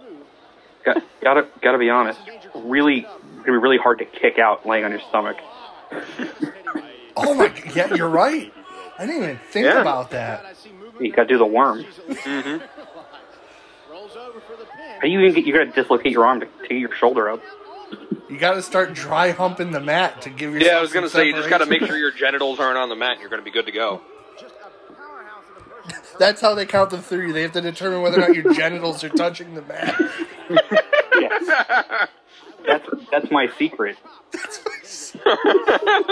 S3: Got, gotta, gotta be honest. Really, it'd be really hard to kick out laying on your stomach.
S1: oh my, yeah, you're right. I didn't even think
S4: Yeah.
S1: about that.
S6: I see
S3: You
S6: movement.
S3: gotta do the worm.
S6: Rolls over for the pin.
S3: How you even get, you gotta dislocate your arm to take your shoulder up?
S1: You got to start dry humping the mat to give yourself.
S2: Yeah, I was gonna
S1: some
S2: say you just gotta make
S1: separation.
S2: sure your genitals aren't on the mat, and you're gonna be good to go.
S6: Just a powerhouse of a person.
S1: That's how they count the three. They have to determine whether or not your genitals are touching the mat.
S3: That's that's my secret.
S6: what can she possibly be planning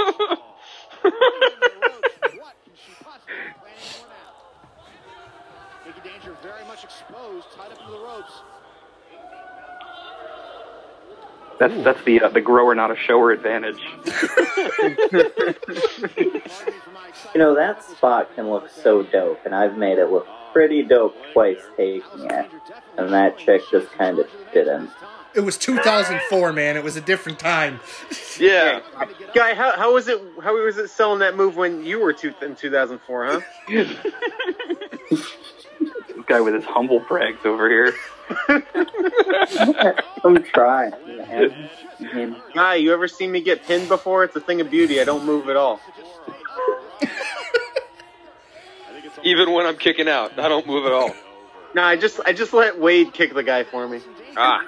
S6: for now? Nikki Danger very much exposed, tied up to the ropes.
S3: That's that's the uh, the grower not a shower advantage.
S6: Pardon me for my excitement.
S5: You know that spot can look so dope, and I've made it look pretty dope twice taking it, and that chick just kind of didn't.
S1: It was 2004, man. It was a different time.
S2: Yeah.
S4: Guy, how, how was it? How was it selling that move when you were two, in 2004? Huh?
S3: This guy with his humble brags over here.
S5: I'm trying. man. Mhm.
S4: Guy, you ever seen me get pinned before? It's a thing of beauty. I don't move at all.
S2: Even when I'm kicking out, I don't move at all.
S4: No, I just I just let Wade kick the guy for me.
S2: Ah.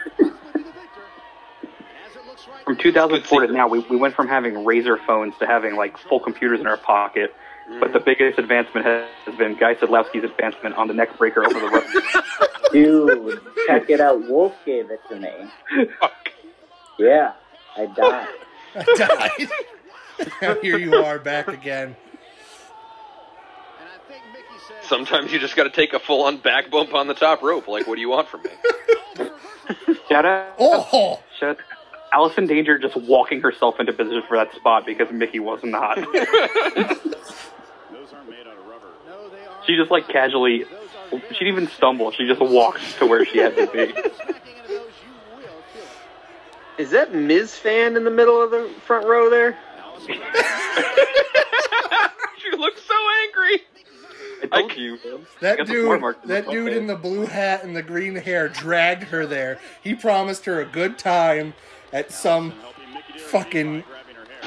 S3: From 2004 to now, we, we went from having razor phones to having like full computers in our pocket. But the biggest advancement has been Guy Sedlowski's advancement on the neck breaker over the road.
S5: Dude, check it out. Wolf gave it to me. Yeah, I died.
S1: I died. now here you are back again.
S6: And I think Mickey said,
S2: Sometimes you just gotta take a full on back bump on the top rope. Like, what do you want from me?
S3: Shout out,
S1: Oh,
S3: shout out. Allison Danger just walking herself into position for that spot because Mickey was not.
S8: Those aren't made out of rubber.
S6: no, they are.
S3: She just like casually, she didn't even stumble. She just walked to where she had to be.
S6: Smacking into those, you will feel it.
S4: Is that Miz fan in the middle of the front row there?
S2: you look so angry.
S3: I told you.
S1: that
S3: Got the four
S1: dude,
S3: mark in the eh?
S1: that dude
S3: pocket.
S1: in the blue hat and the green hair dragged her there. He promised her a good time at some fucking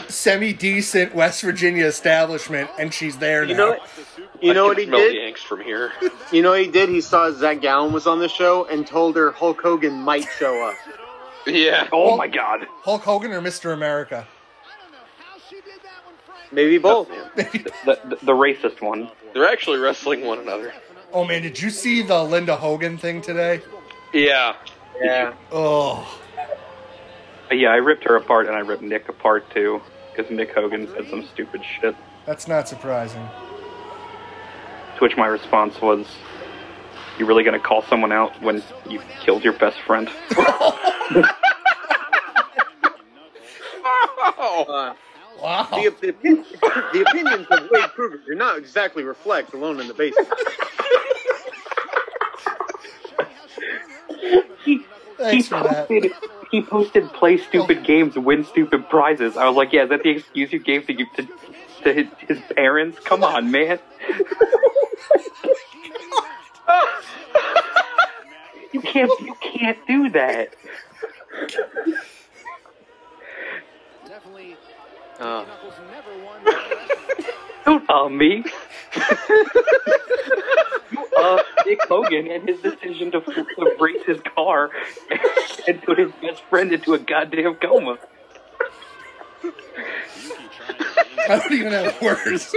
S1: semi decent West Virginia establishment, and she's there
S4: You
S1: now.
S4: know, you know
S2: I
S4: what
S2: can
S4: he
S2: smell The
S4: did?
S2: angst from here.
S4: You know what he did? He saw Zach Gallen was on the show and told her Hulk Hogan might show up.
S2: Yeah.
S3: Oh my god.
S1: Hulk Hogan or Mr. America?
S6: I don't know how she did that one, Frank.
S4: Maybe both.
S3: The, the, the racist one.
S2: They're actually wrestling one another.
S1: Oh man, did you see the Linda Hogan thing today?
S2: Yeah.
S4: Yeah.
S1: Oh.
S3: But yeah, I ripped her apart and I ripped Nick apart too because Nick Hogan said some stupid shit.
S1: That's not surprising.
S3: To which my response was, You really gonna call someone out when you killed your best friend?
S4: Uh, the,
S1: Wow.
S4: op- the, opin- the opinions of Wade Kruger do not exactly reflect alone in the basement.
S3: He, he
S1: Thanks for that.
S3: posted he posted play stupid games, win stupid prizes. I was like, yeah, is that the excuse you gave to to, to his, his parents? Come on, man. you can't you can't do that.
S9: Definitely,
S4: Uh,
S9: Knuckles never won. the wrestling.
S3: Don't uh me. you uh Nick Hogan and his decision to, to race his car and put his best friend into a goddamn coma.
S6: Yuki trying to
S1: I don't even have words.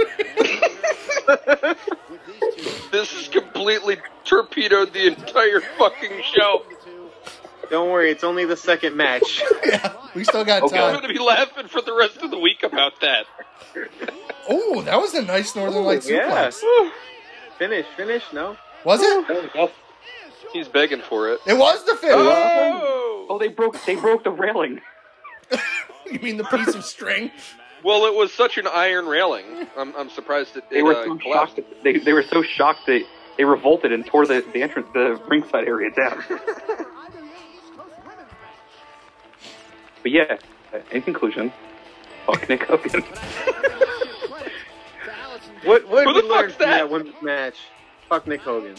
S9: With these two,
S2: This has completely torpedoed the entire fucking show.
S9: the two,
S4: don't worry, it's only the second match.
S1: yeah, we still got
S3: Okay.
S2: I'm
S1: time.
S2: gonna be laughing for the rest of the week about that.
S1: Oh, that was a nice Northern
S4: Ooh,
S1: Lights
S4: yeah.
S1: suplex.
S4: Finish, finish, no?
S1: Was it?
S2: He's begging for it.
S1: It was the finish.
S3: Oh, they broke they broke the railing.
S1: You mean the piece of string?
S2: Well, it was such an iron railing. I'm, I'm surprised it,
S3: They
S2: it
S3: were
S2: uh,
S3: so
S2: collapsed.
S3: shocked. That they they were so shocked that they revolted and tore the, the entrance the ringside area down. But yeah, uh, in conclusion, fuck Nick Hogan.
S4: What, what
S2: Who
S4: did
S2: the
S4: we learn
S2: fuck's
S4: from
S2: that?
S4: that women's match? Fuck Nick Hogan.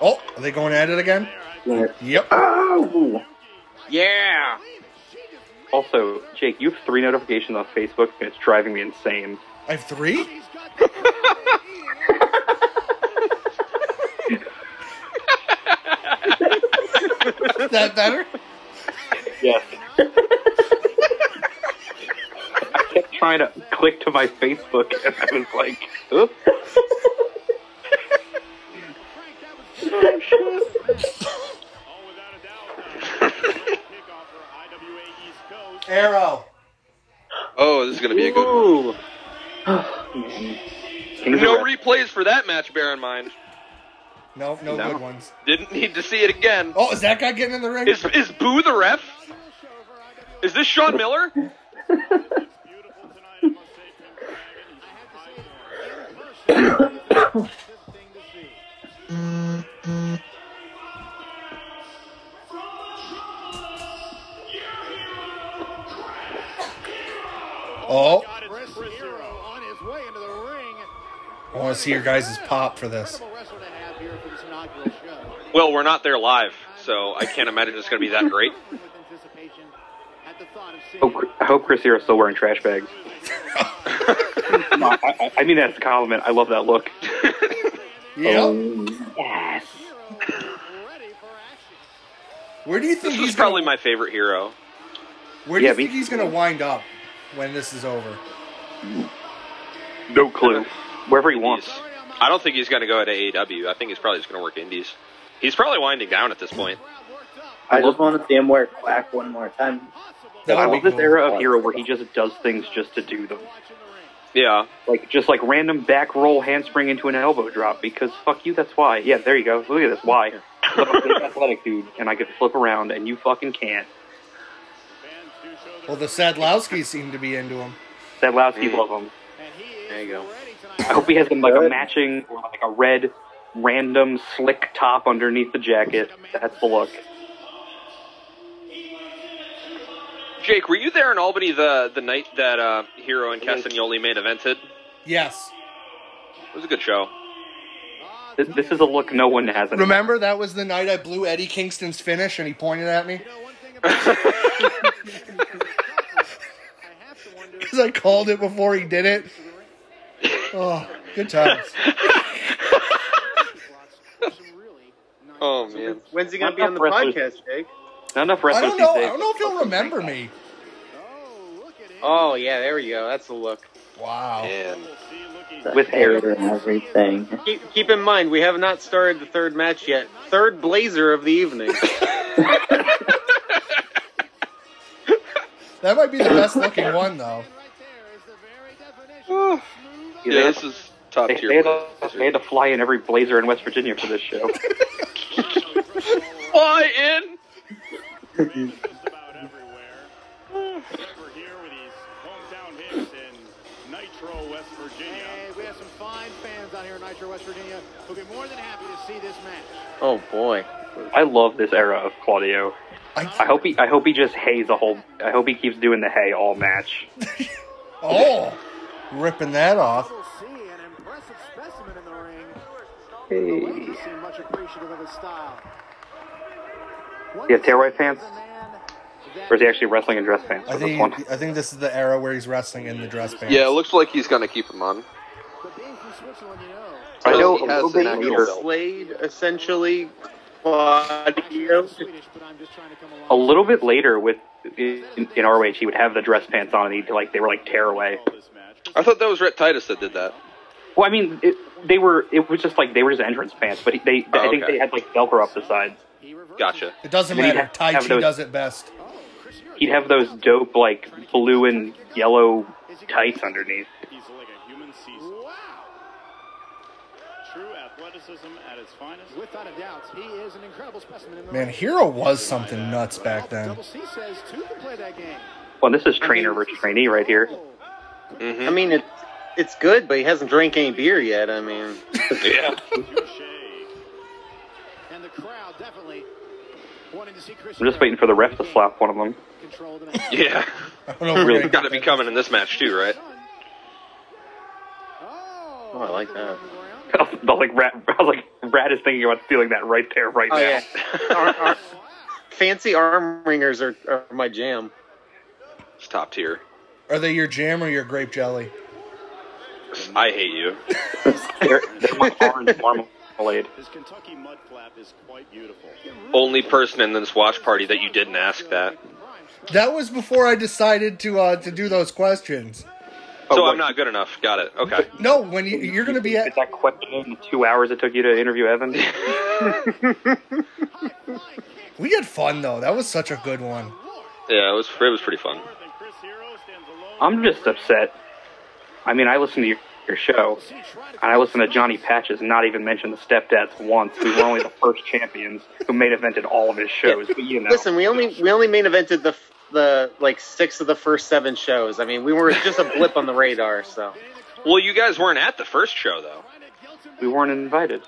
S1: Oh, are they going at it again? Yep.
S5: Oh!
S4: Yeah!
S3: Also, Jake, you have three notifications on Facebook, and it's driving me insane.
S1: I have three? Is that better?
S3: Yes. I kept trying to click to my Facebook, and I was like, oops.
S6: All without a doubt. Kickoff for IWA East Coast.
S1: Arrow.
S2: Oh, this is gonna be a good.
S4: Ooh!
S3: Kings of
S2: No
S3: Wrestling.
S2: replays for that match. Bear in mind,
S1: No, no,
S3: No.
S1: good ones.
S2: didn't need to see it again.
S1: Oh, is that guy getting in the ring?
S2: Is is Boo the ref? Is this Sean Miller?
S6: Beautiful tonight, I must say. Tim Dragon, he's high form.
S1: Oh,
S6: God, it's Chris Hero.
S9: on his way into the ring.
S1: I want to see your guys' pop for this.
S9: Incredible wrestler to have here for this inaugural show.
S2: Well, we're not there live, so I can't imagine it's gonna be that great.
S9: With anticipation at the thought of
S3: Oh,
S9: seeing
S3: Chr- I hope Chris Hero's still wearing trash bags. No, I, I- I mean, that's a compliment. I love that look. Oh.
S1: Yep.
S3: Yes.
S9: ready for action.
S1: Where do you think
S2: This
S1: he's
S2: is
S1: gonna,
S2: probably my favorite hero.
S1: Where do you
S3: Yeah,
S1: think
S3: me-
S1: he's going to wind up when this is over?
S3: No clue. Wherever he wants.
S2: I don't think he's gonna go to AEW. I think he's probably just gonna work indies. He's probably winding down at this point.
S5: I just want to see him wear quack one more time.
S1: That
S3: I
S1: would be
S3: love
S1: cool.
S3: this era of Hero where he just does things just to do them.
S2: Yeah.
S3: Like, just like random back roll handspring into an elbow drop because fuck you, that's why. Yeah, there you go. Look at this. Why? 'Cause I'm a big athletic dude and I could flip around and you fucking can't.
S6: Fans do show their
S1: Well, the Sadlowski seemed to be into him.
S3: That Lasky love him.
S4: There you go.
S3: I hope he has like a matching or like a red random slick top underneath the jacket. That's the look.
S2: Jake, were you there in Albany the the night that uh, Hero and Castagnoli main evented?
S1: Yes.
S2: It was a good show.
S3: This, this is a look no one has. anymore.
S1: Remember that was the night I blew Eddie Kingston's finish and he pointed at me because I called it before he did it. Oh, good times.
S2: Oh man.
S4: When's he gonna
S3: Not
S4: be on the
S3: enough
S4: podcast,
S3: wrestlers.
S4: Jake?
S3: Not enough
S1: I
S3: wrestlers
S1: don't know. I
S3: these days.
S1: don't know if he'll remember me.
S4: Oh, yeah, there we go. That's the look.
S1: Wow.
S2: Man.
S6: see looking
S3: With hair.
S5: and everything.
S4: Keep, keep in mind, we have not started the third match yet. Third blazer of the evening.
S1: That might be the best looking one though.
S2: Yeah, this is top
S3: They, they,
S2: tier.
S3: had to, they had to fly in every blazer in West Virginia for this show.
S2: Fly in.
S6: just about everywhere. We're here with these hometown hits in Nitro, West Virginia.
S9: And we have some fine fans out here in Nitro, West Virginia, who'll be more than happy to see this match.
S4: Oh boy.
S3: I love this era of Claudio. I
S1: I,
S3: hope he I hope he just hays a whole. I hope he keeps doing the hay all match.
S1: oh, ripping that off.
S9: We'll see an impressive specimen in the ring. The
S3: Hey.
S9: ladies seem much appreciative of his style. One
S3: He have tearaway pants?
S9: is a man that-
S3: Or is he actually wrestling in dress pants?
S1: I
S3: for this
S1: think
S3: one?
S1: I think this is the era where he's wrestling in the dress pants.
S2: Yeah, it looks like he's gonna keep him on.
S9: But being from Switzerland, you know,
S3: I know
S2: He
S3: a
S2: has
S3: little
S2: an
S3: bit
S2: actual
S3: later.
S2: belt.
S4: Slade, essentially,
S9: actually,
S4: Claudio.
S9: I'm Swedish, but I'm just trying to come along.
S3: A little bit later with in, in ROH, he would have the dress pants on, and he like they were like tearaway.
S2: I thought that was Rhett Titus that did that.
S3: Well, I mean, it, they were. It was just like they were just entrance pants, but he- they.
S2: Oh,
S3: I think
S2: okay.
S3: they had like Velcro up the sides.
S9: He reverses.
S2: Gotcha.
S1: It doesn't
S3: We'd
S1: matter.
S3: have-
S1: Tai
S3: have
S1: Chi
S3: those-
S1: does it best.
S9: Oh, Chris, you're-
S3: He'd have those dope like blue and yellow tights underneath.
S6: He's like a human seesaw.
S9: Wow.
S6: True athleticism at its finest.
S9: Without a doubt, he is an incredible specimen in the
S1: Man,
S9: ring.
S1: Hero was something nuts back then.
S9: Double C says two can play that game.
S3: Well, this is trainer versus trainee right here.
S9: Oh,
S4: I mean, it's it's good, but he hasn't drank any beer yet. I mean,
S2: Yeah.
S6: Touche.
S9: And the crowd definitely wanting to see Chris.
S3: I'm just waiting for the ref to slap one of them.
S9: Controlled
S2: Yeah.
S1: I don't know where
S3: Really?
S1: I got
S2: Gotta be
S1: that.
S2: coming in this match too, right?
S9: Oh,
S4: Oh, I like that.
S3: I was like, Rat, I was like, Rat is thinking about stealing that right there, right
S4: oh
S3: now.
S4: yeah, Ar- ar- fancy arm ringers are, are my jam.
S2: It's top tier.
S1: Are they your jam or your grape jelly?
S2: I hate you.
S3: They're, they're my orange marmalade.
S6: His Kentucky mud flap is quite beautiful.
S2: Only person in this watch party that you didn't ask that.
S1: That was before I decided to uh, to do those questions.
S2: So I'm not good enough. Got it. Okay.
S1: No, when you, you're going to be at
S3: It's that question in the two hours it took you to interview Evan.
S1: we had fun though. That was such a good one.
S2: Yeah, it was it was pretty fun.
S6: And Chris Hero stands alone.
S3: I'm just upset. I mean, I listen to your, your show, and I listen to Johnny Patches not even mention the stepdads once, who were only the first champions who main evented all of his shows. But you know,
S4: Listen, we only we only main evented the f- the like six of the first seven shows. I mean, we were just a blip on the radar. So
S2: Well, you guys weren't at the first show though.
S3: we weren't invited.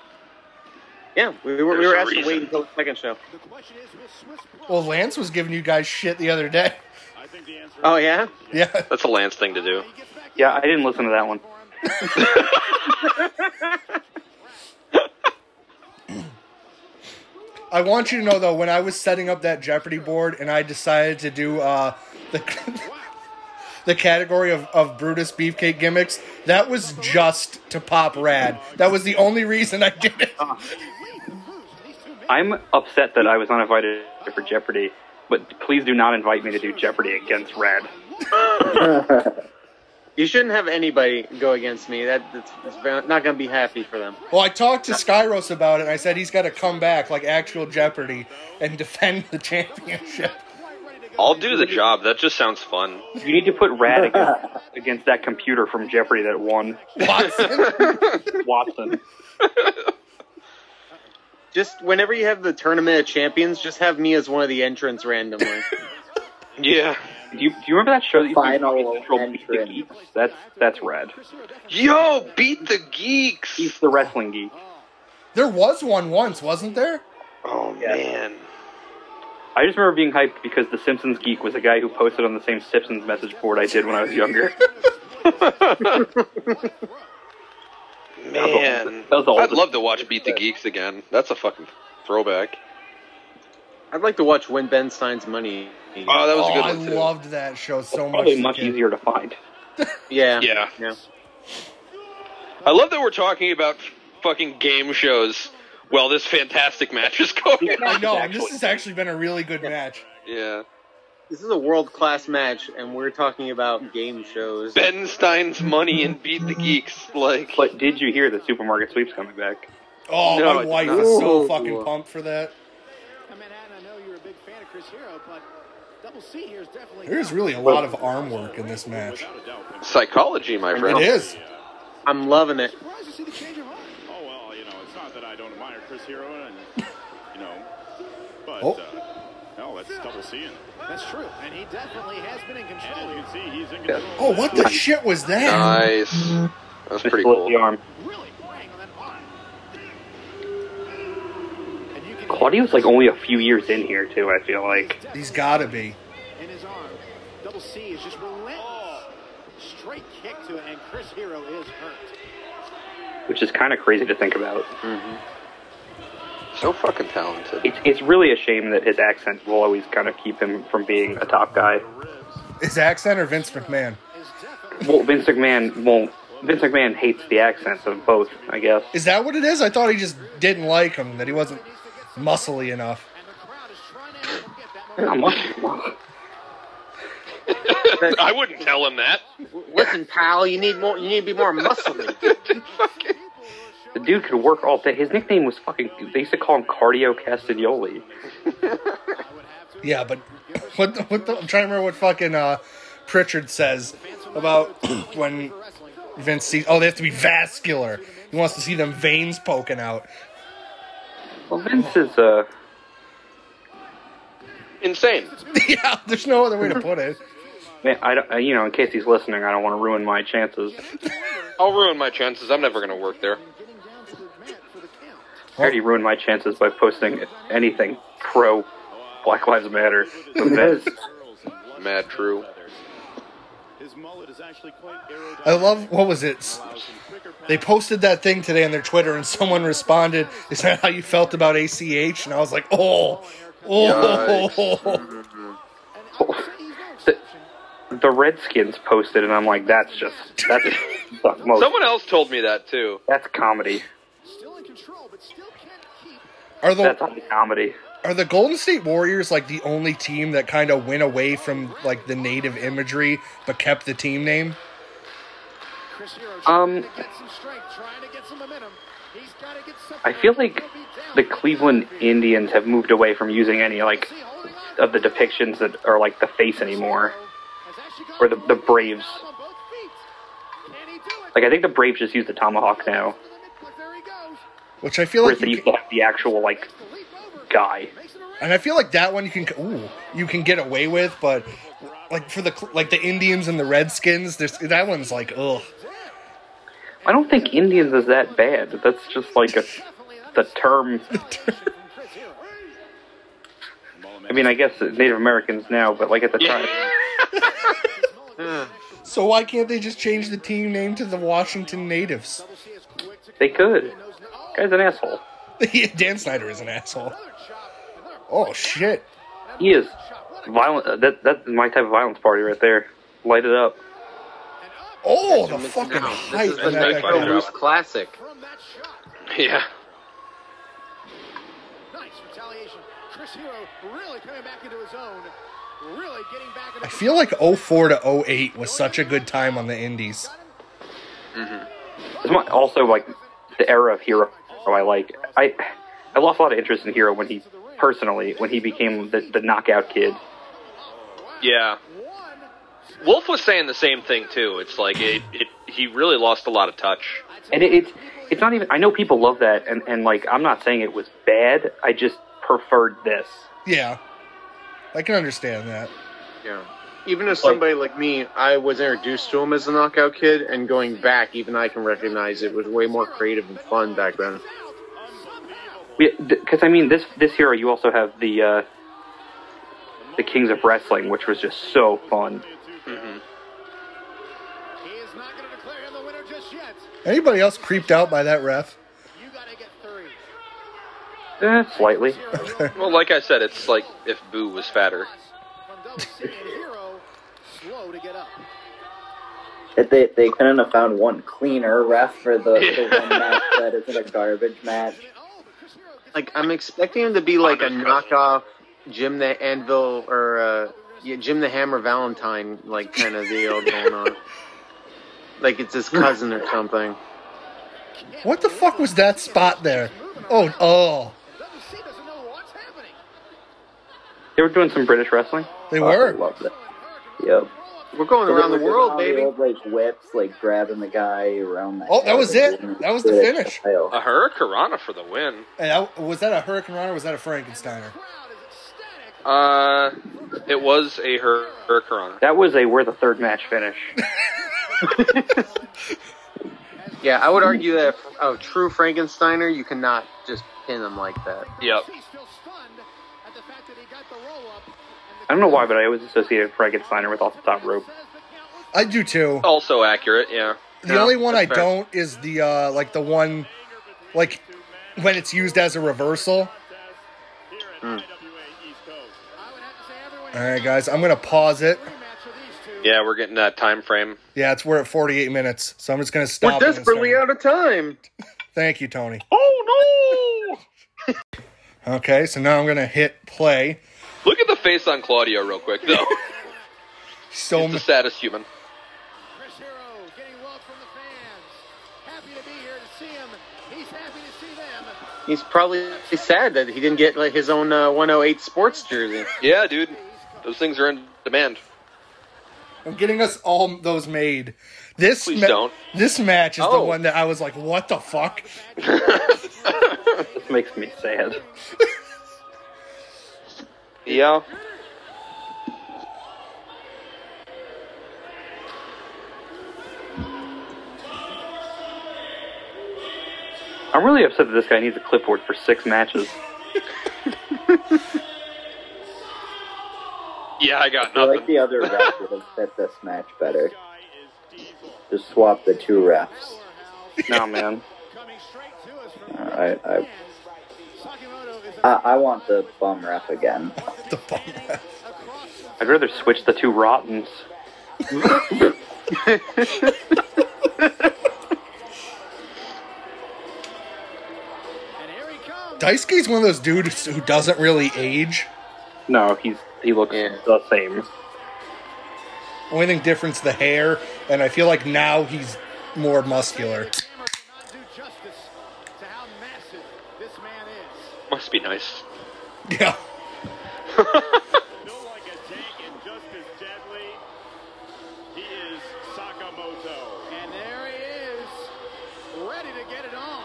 S4: yeah, we were we
S2: There's
S4: were
S2: a
S4: asked to
S2: reason.
S4: wait until the second show.
S9: The question is, will Swiss Pro-
S1: Well, Lance was giving you guys shit the other day.
S6: I think the answer
S4: Oh yeah,
S1: Yeah,
S2: That's a Lance thing to do.
S9: he gets back
S3: Yeah, I didn't listen to that one.
S1: I want you to know though, when I was setting up that Jeopardy board and I decided to do uh, the the category of, of Brutus Beefcake gimmicks, that was just to pop rad. That was the only reason I did it.
S3: I'm upset that I was uninvited for Jeopardy, but please do not invite me to do Jeopardy against Rad.
S4: you shouldn't have anybody go against me. That that's, that's not going to be happy for them.
S1: Well, I talked to Skyros about it, and I said he's got to come back like actual Jeopardy and defend the championship.
S2: I'll do the job. That just sounds fun.
S3: You need to put Rad against, against that computer from Jeopardy that won
S1: Watson,
S3: Watson.
S4: Just whenever you have the tournament of champions, just have me as one of the entrants randomly.
S2: Yeah.
S3: Do you, do you remember that show? That used to be
S5: Final
S3: Comedy Central, Beat the
S5: entrance.
S3: Geeks? That's that's Rad.
S2: Yo, beat the
S3: He's
S2: geeks.
S3: the wrestling geek.
S1: there was one once, wasn't there?
S2: Oh man.
S3: I just remember being hyped because the Simpsons geek was a guy who posted on the same Simpsons message board I did when I was younger.
S2: Man.
S3: That was the
S2: I'd
S3: oldest-
S2: love to watch Beat the Geeks again. That's a fucking throwback.
S4: I'd like to watch Win Ben Stein's Money.
S2: Oh, that was a
S1: I
S2: good one too.
S1: loved that show so much.
S3: Probably
S1: as a
S3: much
S1: kid.
S3: easier to find.
S4: yeah,
S2: Yeah. I love that we're talking about fucking game shows while this fantastic match is going on.
S1: I know, and this has actually been a really good match.
S2: Yeah.
S4: This is a world class match, and we're talking about game shows.
S2: Ben Stein's money and beat the geeks. Like,
S3: But did you hear the supermarket sweeps coming back?
S1: Oh,
S2: No,
S1: my
S2: it's
S1: wife
S2: not.
S1: is so
S4: Ooh.
S1: fucking pumped for that.
S9: I mean, Adam, I know you're a big fan of Chris Hero, but Double C here is definitely.
S1: There's really a lot of arm work in this match.
S6: without a doubt.
S2: psychology, my
S1: It
S2: friend.
S1: is.
S4: I'm loving it.
S9: Surprised to see the change of heart.
S6: Oh well, you know, it's not that I don't admire Chris Hero, and you know, but
S1: Oh.
S6: uh, no, that's double C in it.
S9: That's true, and he definitely has been in
S6: And
S9: control
S6: as you
S9: here.
S6: can see, he's in control. of
S1: Oh,
S6: that.
S1: what the shit was that?
S2: Nice. That was pretty
S4: Just lift
S2: cool.
S4: the arm.
S9: Oh. Really playing on that arm. And you can
S3: Claudio's like only a few years in here too. I feel like
S1: He's gotta be.
S9: in his arm. Double C is just relentless.
S6: Oh.
S9: Straight kick to it, and Chris Hero is hurt.
S3: which is kind of crazy to think about.
S2: So fucking talented.
S3: It's it's really a shame that his accent will always kind of keep him from being a top guy.
S1: Is accent or Vince McMahon?
S9: Is definitely
S3: Well, Vince McMahon won't. Vince McMahon hates the accents of both, I guess.
S1: Is that what it is? I thought he just didn't like him, that he wasn't muscly enough.
S9: and the crowd is trying to help him get that momentum.
S3: I'm like,
S2: I wouldn't tell him that.
S4: Listen, pal, you need more. You need to be more muscly.
S3: The dude could work all day. His nickname was fucking. They used to call him Cardio Castagnoli.
S1: Yeah, but what the, what the, I'm trying to remember what fucking uh, Pritchard says about when Vince sees. Oh, they have to be vascular. He wants to see them veins poking out.
S3: Well, Vince is uh,
S2: Insane.
S1: yeah, there's no other way to put it.
S3: man, I don't, uh, you know, in case he's listening, I don't want to ruin my chances.
S2: I'll ruin my chances. I'm never gonna work there.
S9: Getting down to the mat for the count.
S3: I already ruined my chances by posting anything pro Black Lives Matter. So Vince,
S6: Curls and luscious
S2: Mad true.
S6: feathers. His mullet is actually quite aerodynamic.
S1: I love what was it?
S6: Allows him quicker
S1: They posted that thing today on their Twitter, and someone responded, "Is that how you felt about ACH?" And I was like, "Oh, oh,
S9: And I would say he's no exception.
S3: the Redskins posted, and I'm like, that's just that's fuck most.
S2: Someone else told me that too.
S3: That's comedy.
S9: Still in control, but still can't keep.
S1: are the
S3: That's only comedy.
S1: Are the Golden State Warriors like the only team that kind of went away from like the native imagery but kept the team name?
S9: Chris Hero
S3: Um,
S9: trying to get some strength, trying to get some momentum. He's got to get something.
S3: I feel
S9: else.
S3: like
S9: He'll be down.
S3: the Cleveland Indians have moved away from using any like
S9: See, holding on.
S3: of the depictions that are like the face anymore.
S9: Has actually gone
S3: or the- the
S9: for it.
S3: Braves.
S9: On both feet. Can he do it?
S3: Like I think the Braves just use the tomahawk now,
S9: To the midfoot, there he goes.
S1: Which I feel
S3: whereas
S1: like,
S3: they
S1: you
S3: used to
S1: can,
S3: have the actual like
S9: Makes the leap over.
S3: guy.
S9: Makes it a
S1: and I feel like that one you can ooh you can get away with, but like for the Cl- like the Indians and the Redskins, there's that one's like ugh.
S3: I don't think Indians is that bad. That's just like a, the term. I mean, I guess Native Americans now, but like at the time,
S1: So why can't they just change the team name to the Washington Natives?
S3: they could. Guy's an asshole.
S1: Dan Snyder is an asshole. Oh shit!
S3: He is violent. uh, That that's my type of violence party right there. Light it up.
S1: Oh the
S4: This is
S1: fucking
S4: now-
S1: height!
S4: This is the
S1: on that
S2: nice
S1: guy.
S4: Nitro
S2: fighter.
S4: Moose Classic.
S9: From that shot.
S2: Yeah.
S9: Nice retaliation. Chris Hero really coming back into his own. Really getting back into
S1: I feel like 04 to 08 was such a good time on the Indies.
S3: It's my, also like the era of Hero. I like. I I lost a lot of interest in Hero when he personally when he became the, the knockout kid.
S2: Yeah.
S9: one.
S2: Wolf was saying the same thing too. It's like it, it he really lost a lot of touch.
S3: And it, it's it's not even. I know people love that, and and like I'm not saying it was bad. I just preferred this.
S1: Yeah. I can understand that.
S4: Yeah. Even as somebody like me, I was introduced to him as a knockout kid, and going back, even I can recognize it was way more creative and fun back then.
S3: Because I mean, this this hero, you also have the uh, the Kings of Wrestling, which was just so fun.
S9: He is not going to declare him the winner just yet.
S1: Anybody else creeped out by that ref?
S9: You got to get three.
S3: Eh, slightly.
S9: Chris Hero will
S2: Well, like I said, it's like if Boo was fatter.
S9: From double C and Hero, slow to get up.
S5: If they, they couldn't have found one cleaner ref for the, the one match that isn't a garbage match.
S9: Oh, but Chris Hero gets
S4: Like uh, I'm expecting him to be like a knockoff Jim the Anvil or uh, yeah, Jim the Hammer Valentine, like kind of deal going on. Like it's his cousin or something.
S1: What the fuck was that spot there? Oh, oh.
S9: double C doesn't know what's happening.
S2: Uh,
S3: They were doing some British wrestling.
S1: They
S5: I
S1: were.
S5: love that. Yep.
S4: We're going around the world, baby.
S5: Of, like whips, like grabbing the guy around the.
S1: Oh, that
S5: head
S1: was
S5: and
S1: it.
S5: doing
S1: That was the
S5: British
S1: finish.
S5: style.
S2: A Hurricanrana for the win.
S1: And that, was that a Hurricane Runner or was that a Frankensteiner?
S2: Uh, it was a Hur- Hurricanrana.
S3: That was a we're the third match finish.
S4: Yeah, I would argue that a, a true Frankensteiner, you cannot just pin them like that.
S2: Yep.
S3: I don't know why, but I always associated Frankensteiner with off the top rope.
S1: I do too.
S2: Also accurate, Oh, yeah.
S1: The
S2: No,
S1: only one
S2: that's
S1: I
S2: fair.
S1: don't is the uh like the one like when it's used as a reversal. All right, guys, I'm gonna pause it.
S2: Yeah, we're getting that time frame.
S1: Yeah, it's we're at 48 minutes, so I'm just gonna stop.
S4: We're
S1: it and start
S4: desperately
S1: it.
S4: out of time.
S1: Thank you, Tony.
S2: Oh
S1: Okay, so now I'm gonna hit play.
S2: no! Look at the face on Claudio real quick, though.
S1: So
S2: He's the saddest human.
S9: Chris Hero getting love from the fans. Happy to be here to see him. He's happy to see them.
S4: He's probably sad that he didn't get like his own uh, 108 sports jersey.
S2: Yeah, dude. Those things are in demand.
S1: I'm getting us all those made. This
S2: Please
S1: ma-
S2: don't.
S1: This match is the
S4: Oh.
S1: one that I was like, "What the fuck?"
S3: This makes me sad.
S2: Yeah.
S3: I'm really upset that this guy needs a clipboard for six matches.
S2: Yeah, I got
S5: I like
S2: nothing.
S5: the other ref would have fit this match better. Just swap the two refs.
S3: Nah, man.
S5: I I, I, I want the bum ref again.
S1: The fuck?
S3: I'd rather switch the two rottens.
S1: Daisuke's one of those dudes who doesn't really age.
S3: No, he's he looks
S4: Yeah.
S3: the same.
S1: Only thing difference the hair, and I feel like now he's more muscular.
S9: Hammer cannot do justice to how massive this man is.
S2: Must be nice.
S1: Yeah.
S6: Built like a tank and just as deadly. He is Sakamoto.
S9: And there he is, ready to get it on.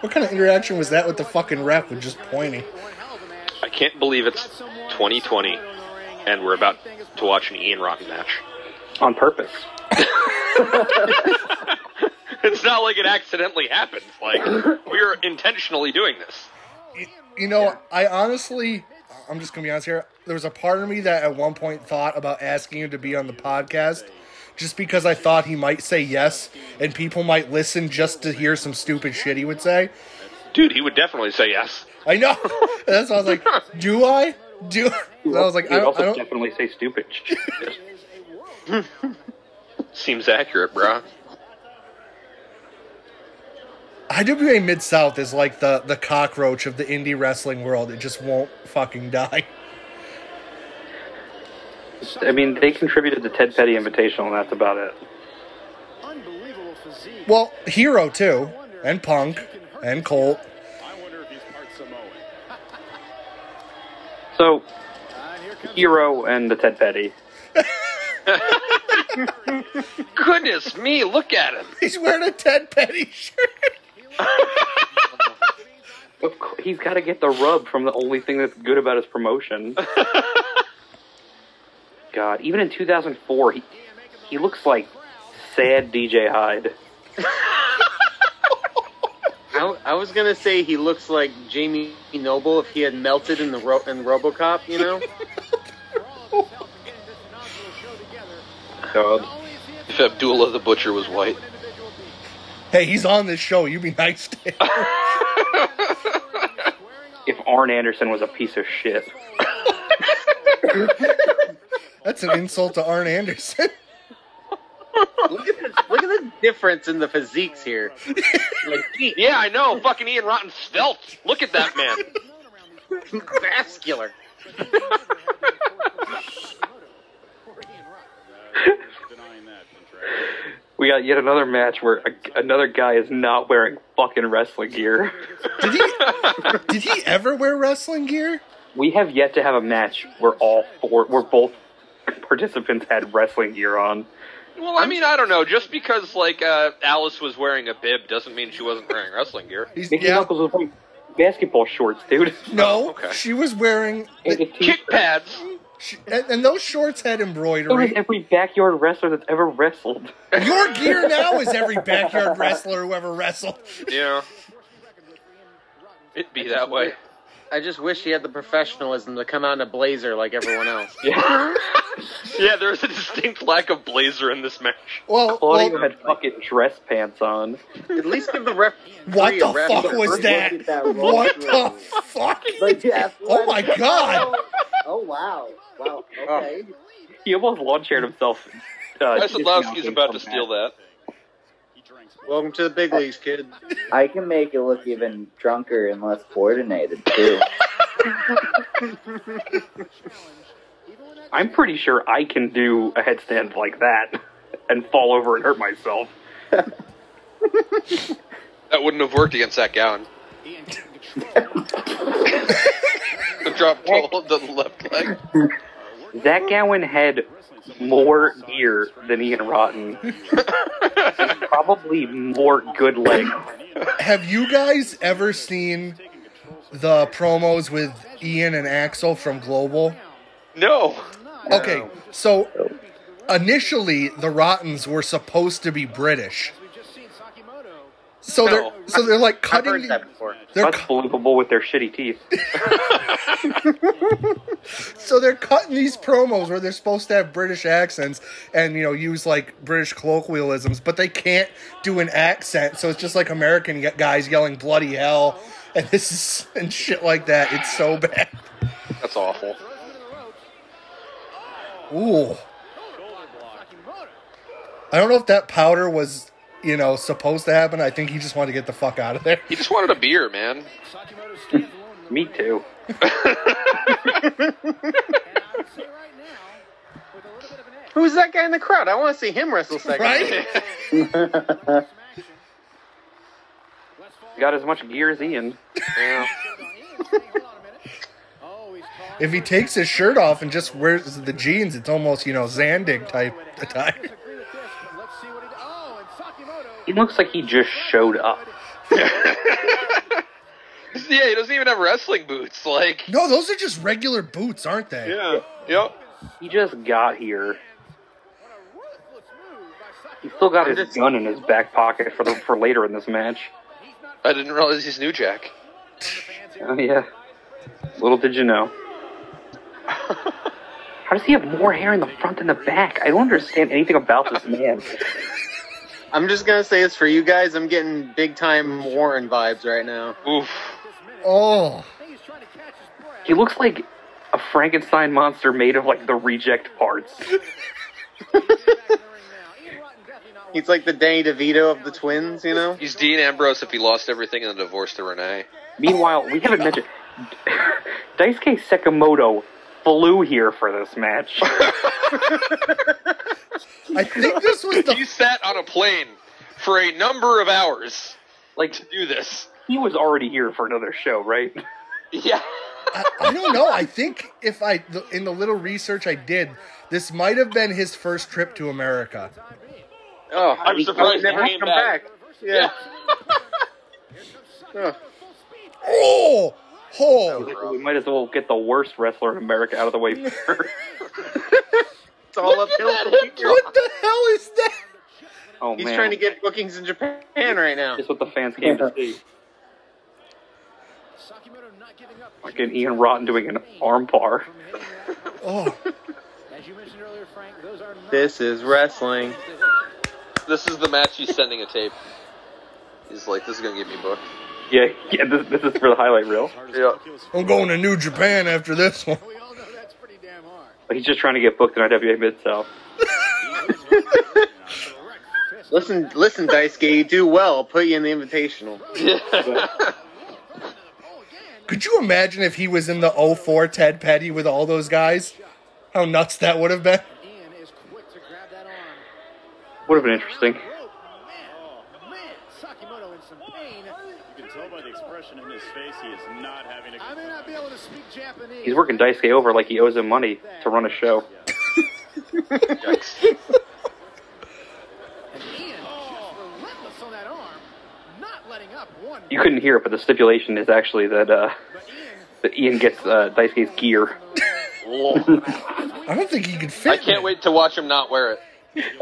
S1: What kind of interaction was that with the fucking ref with just pointing?
S9: One hell of a match.
S2: I can't believe it's 2020 and we're about to watch an Ian Rotten match.
S3: On purpose.
S2: It's not like it accidentally happened. Like, we are intentionally doing this.
S1: You know, I honestly, I'm just gonna be honest here. There was a part of me that at one point thought about asking him to be on the podcast, just because I thought he might say yes, and people might listen just to hear some stupid shit he would say.
S2: Dude, he would definitely say yes.
S1: I know. That's why I was like, do I? Do and I was like,
S3: He
S1: I
S3: would
S1: don't,
S3: also
S1: I don't.
S3: definitely say stupid. shit.
S2: Seems accurate, bruh.
S1: IWA Mid South is like the the cockroach of the indie wrestling world. It just won't fucking die.
S3: I mean, they contributed to Ted Petty Invitational, and that's about it.
S9: Unbelievable physique.
S1: Well, Hero too, and Punk, and Colt.
S6: I wonder if he's part Samoan.
S3: So,
S9: And here comes
S3: Hero and the Ted Petty.
S2: Goodness me, look at him.
S1: He's wearing a Ted Petty shirt.
S3: Of course, he's got to get the rub from the only thing that's good about his promotion. God, even in 2004, he, he looks like sad DJ Hyde.
S4: I, I was gonna say he looks like Jamie Noble if he had melted in the ro- in RoboCop, you know.
S9: Brawl himself and getting this inaugural show together.
S3: God.
S9: Not only is he a
S2: If Abdullah the Butcher was white.
S9: individual beast,
S1: Hey, he's on this show. You be nice to him.
S9: wearing off
S3: If Arn Anderson was a piece of shit.
S1: That's an insult to Arn Anderson.
S4: Look at the, look at the difference in the physiques here. Like, gee,
S2: Yeah, I know. Fucking Ian Rotten svelte. Look at that man.
S4: vascular.
S6: Denying that, Contreras.
S3: We got yet another match where a, another guy is not wearing fucking wrestling gear.
S1: Did he? Did he ever wear wrestling gear?
S3: We have yet to have a match where all four, where both participants had wrestling gear on.
S2: Well, I mean, I don't know. Just because like uh, Alice was wearing a bib doesn't mean she wasn't wearing wrestling gear.
S1: He's,
S3: Mickey
S1: yeah.
S3: Knuckles was wearing basketball shorts, dude.
S1: No,
S2: Okay.
S1: she was wearing,
S3: And a t-shirt.
S2: Kick pads.
S1: she, and, and those shorts had
S3: So was
S1: embroidery.
S3: every backyard wrestler that's ever wrestled.
S1: Your gear now is every backyard wrestler who ever wrestled.
S2: Yeah. It'd be that way.
S4: I just wish he had the professionalism to come out in a blazer like everyone else.
S3: Yeah.
S2: Yeah, there was a distinct lack of blazer in this match.
S1: Well,
S3: Claudio
S1: well,
S3: had fucking dress pants on.
S4: At least give the ref.
S1: what
S4: three
S1: the
S4: a ref
S1: fuck
S4: for
S1: was
S4: first.
S1: that?
S5: Look at that roll
S1: What the
S5: through.
S1: fuck?
S5: Like, yeah,
S1: Oh my god!
S5: Oh wow! Wow. Okay.
S3: He almost lawn chaired himself. Uh,
S2: Weslowski's about to steal that.
S4: Welcome to the big leagues, kid.
S5: I can make it look even drunker and less coordinated too.
S3: I'm pretty sure I can do a headstand like that and fall over and hurt myself.
S2: That wouldn't have worked against that gown. the drop toe on the left leg.
S3: Zach Gowen had more gear than Ian Rotten. And probably more good legs.
S1: Have you guys ever seen the promos with Ian and Axel from Global?
S2: No.
S1: Okay, so initially the Rottens were supposed to be British, so
S2: No.
S1: they're so they're like
S4: I've
S1: cutting
S4: heard that
S1: the,
S4: before.
S1: they're
S3: That's
S1: cu-
S3: believable with their shitty teeth.
S1: so they're cutting these promos where they're supposed to have British accents and you know use like British colloquialisms, but they can't do an accent, so it's just like American y- guys yelling bloody hell and this is and shit like that. It's so bad.
S2: That's awful.
S1: Ooh. I don't know if that powder was, you know, supposed to happen. I think he just wanted to get the fuck out of there.
S2: He just wanted a beer, man.
S3: Me too.
S4: Who's that guy in the crowd? I want to see him wrestle second.
S1: Right?
S3: Got as much gear as Ian.
S2: Yeah.
S1: If he takes his shirt off and just wears the jeans, it's almost, you know, Zandig type attire.
S3: He looks like he just showed up.
S2: yeah, he doesn't even have wrestling boots. Like,
S1: No, those are just regular boots, aren't they?
S2: yeah. Yep.
S3: He just got here. He still got his gun in his back pocket for the, for later in this match.
S2: I didn't realize he's New Jack.
S3: Oh yeah. Little did you know. How does he have more hair in the front than the back? I don't understand anything about this man.
S4: I'm just gonna say this for you guys. I'm getting big time Warren vibes right now.
S2: Oof.
S1: Oh.
S3: He looks like a Frankenstein monster made of like the reject parts.
S4: He's like the Danny DeVito of the twins, you know?
S2: He's Dean Ambrose if he lost everything in the divorce to Renee.
S3: Meanwhile, we haven't mentioned Daisuke Sekimoto flew here for this match.
S1: I think this was
S2: He
S1: the.
S2: sat on a plane for a number of hours
S3: Like
S2: to do this.
S3: he was already here for another show, right?
S2: Yeah.
S1: I, I don't know. I think if I. the- In the little research I did, this might have been his first trip to America.
S2: Oh, I'm surprised he
S4: Never
S2: came
S4: come back. Yeah.
S1: Oh! Oh!
S3: we might as well get the worst wrestler in America out of the way first.
S4: It's all uphill. from here.
S1: What the hell is that?
S3: Oh
S4: He's
S3: man,
S4: trying to get bookings in Japan right now.
S3: That's what the fans came to see. Fucking Ian Rotten doing an arm bar.
S1: Oh.
S4: This is wrestling.
S2: This is the match he's sending a tape. He's like, this is going to get me booked.
S3: Yeah, yeah. This, this is for the highlight reel.
S2: Yeah.
S1: I'm going to New Japan after this one.
S3: He's just trying to get booked in IWA Mid South.
S4: Listen, listen, Daisuke, you do well. I'll put you in the invitational.
S1: Could you imagine if he was in the 04 Ted Petty with all those guys? How nuts that would have been.
S3: Would have been interesting.
S6: You can tell by the expression in his face he is not having a good
S3: He's working Daisuke over like he owes him money to run a show.
S2: Yikes.
S9: Ian just relentless on that arm, not letting up one.
S3: You couldn't hear it, but the stipulation is actually that uh,
S9: But
S3: that Ian
S9: Ian
S3: gets uh, Daisuke's gear.
S2: Whoa.
S1: I don't think he could fit.
S2: I can't wait to watch him not wear it.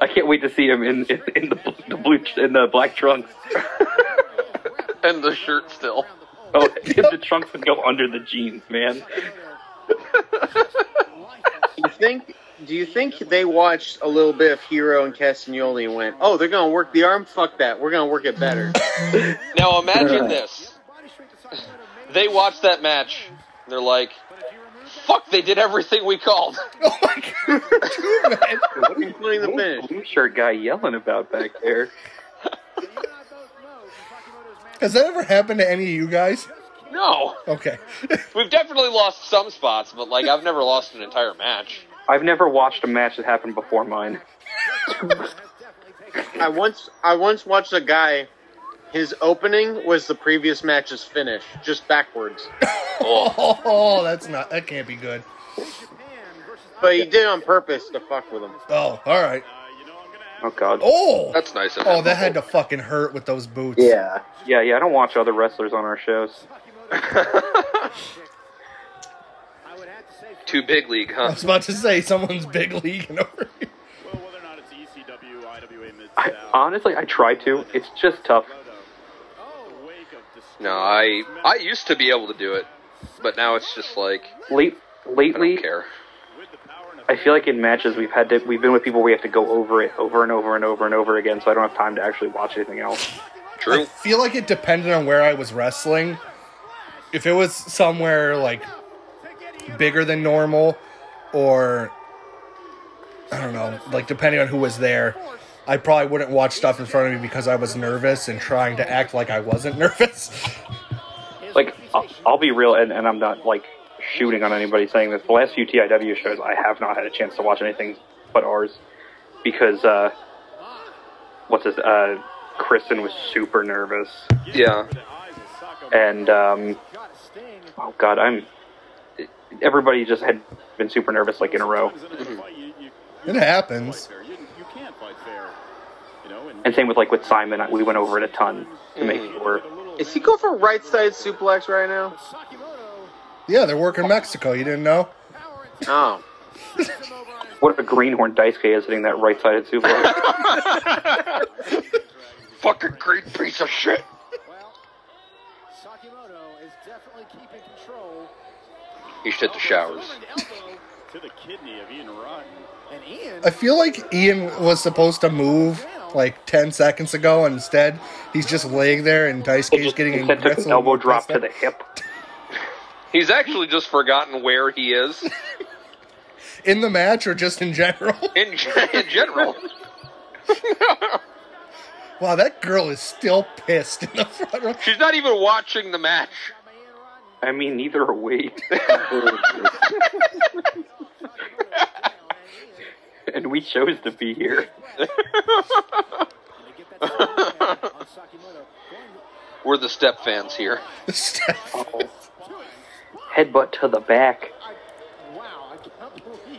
S3: I can't wait to see him in in, in the, bl- the blue tr- in the black trunks.
S2: And the shirt still.
S3: Oh, if the trunks would go under the jeans, man.
S4: You think? Do you think they watched a little bit of Hero and Castagnoli and went, "Oh, they're gonna work the arm? Fuck that! We're gonna work it better."
S2: Now imagine this. They watch that match. They're like, fuck, they did everything we called.
S1: Oh my god, dude, man.
S4: Including the finish.
S3: Blue shirt guy yelling about back there.
S1: Has that ever happened to any of you guys?
S2: No.
S1: Okay.
S2: We've definitely lost some spots, but like, I've never lost an entire match.
S3: I've never watched a match that happened before mine.
S4: I once I once watched a guy. His opening was the previous match's finish, just backwards.
S1: Oh, that's not. That can't be good.
S4: But he did it on purpose to fuck with him.
S1: Oh, all right.
S3: Oh God.
S1: Oh,
S2: That's nice of
S1: oh,
S2: him.
S1: that had to fucking hurt with those boots.
S5: Yeah.
S3: Yeah, yeah. I don't watch other wrestlers on our shows.
S2: Too big league,
S1: I
S2: huh?
S1: was about to say someone's big league over here.
S6: Well, whether or not it's E ECW, IWA, Mid
S3: I, honestly, I try to. It's just tough.
S6: Oh,
S2: No, I I used to be able to do it, but now it's just like
S3: Late,
S2: I
S3: lately,
S2: don't care.
S3: I feel like in matches we've had to we've been with people we have to go over it over and over and over and over again, so I don't have time to actually watch anything else.
S1: I
S2: True.
S1: feel like it depended on where I was wrestling. If it was somewhere like bigger than normal, or I don't know, like depending on who was there, I probably wouldn't watch stuff in front of me because I was nervous and trying to act like I wasn't nervous.
S3: Like I'll, I'll be real, and, and I'm not like shooting on anybody saying this. The last few TIW shows, I have not had a chance to watch anything but ours because uh, what's his uh, Kristen was super nervous,
S2: Yeah.
S3: and um, oh god, I'm everybody just had been super nervous like in a row.
S1: It happens.
S3: And same with like with Simon, we went over it a ton to make sure.
S4: Is he going for right side suplex right now?
S1: Yeah, they're working Mexico. You didn't know?
S4: Oh,
S3: What a greenhorn dice guy is hitting that right sided suplex.
S2: Fucking great piece of shit.
S9: Sakimoto is definitely keeping control.
S2: You should hit the showers.
S6: to the kidney of Ian Rotten.
S9: And Ian
S1: I feel like Ian was supposed to move like 10 seconds ago, and instead he's just laying there and Dice
S3: It
S1: Cage
S3: just
S1: getting
S3: it took an
S1: aggressive.
S3: elbow drop to the hip.
S2: He's actually just forgotten where he is
S1: In the match or just in general?
S2: in, in general.
S1: wow, that girl is still pissed in the front row.
S2: She's not even watching the match.
S3: I mean, neither are we. and we chose to be here.
S2: We're the step fans here.
S3: Headbutt to the back.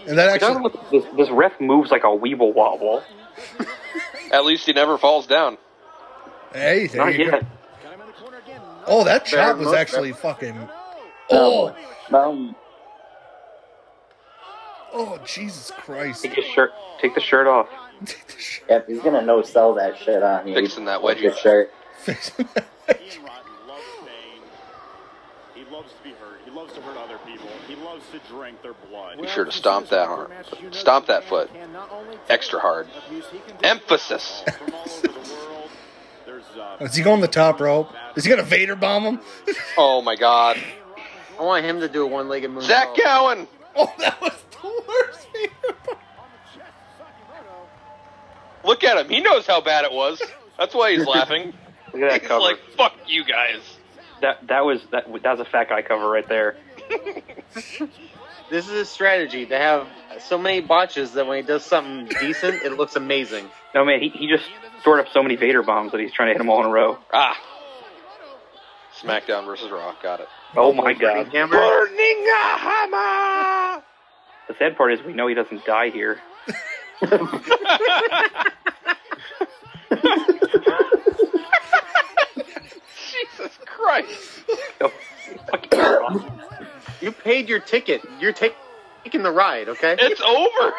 S1: and that
S3: I don't know
S1: actually,
S3: what this, this ref moves like a weeble wobble.
S2: At least he never falls down.
S1: hey, there
S3: Not
S1: you go.
S3: yet.
S1: Oh, that chop was
S4: most-
S1: actually fucking. Oh,
S5: Um,
S1: oh, Jesus Christ!
S3: Take your shirt. Take the shirt off.
S5: yep, he's gonna no sell that shit on you.
S2: Fixing that
S5: With the
S2: wedgie.
S5: shirt.
S6: Ian Rotten loves pain. He loves to be hurt. He loves to hurt other people. He loves to drink their blood.
S2: Be sure to stomp that arm. Stomp that foot. Extra hard. Emphasis.
S6: From all over the world, there's uh,
S1: Is he going the top rope? Is he gonna Vader bomb him?
S2: Oh my god.
S4: I want him to do a one-legged move.
S2: Zach Gowen!
S1: Oh, that was the worst. Vader bomb.
S2: Look at him. He knows how bad it was. That's why he's laughing.
S3: Look at that
S2: He's
S3: cover.
S2: like, fuck you guys.
S3: that that was that, that was a fat guy cover right there.
S4: This is his strategy to have so many botches that when he does something decent, it looks amazing.
S3: No man, he, he just stored up so many Vader bombs that he's trying to hit them all in a row.
S2: Ah. SmackDown versus Raw. Got it.
S3: Oh my
S2: Uh,
S3: god.
S4: Hammer.
S2: Burning a hammer!
S3: The sad part is we know he doesn't die here.
S2: Jesus Christ.
S3: Oh,
S4: You paid your ticket. You're ta- taking the ride, okay?
S2: It's over.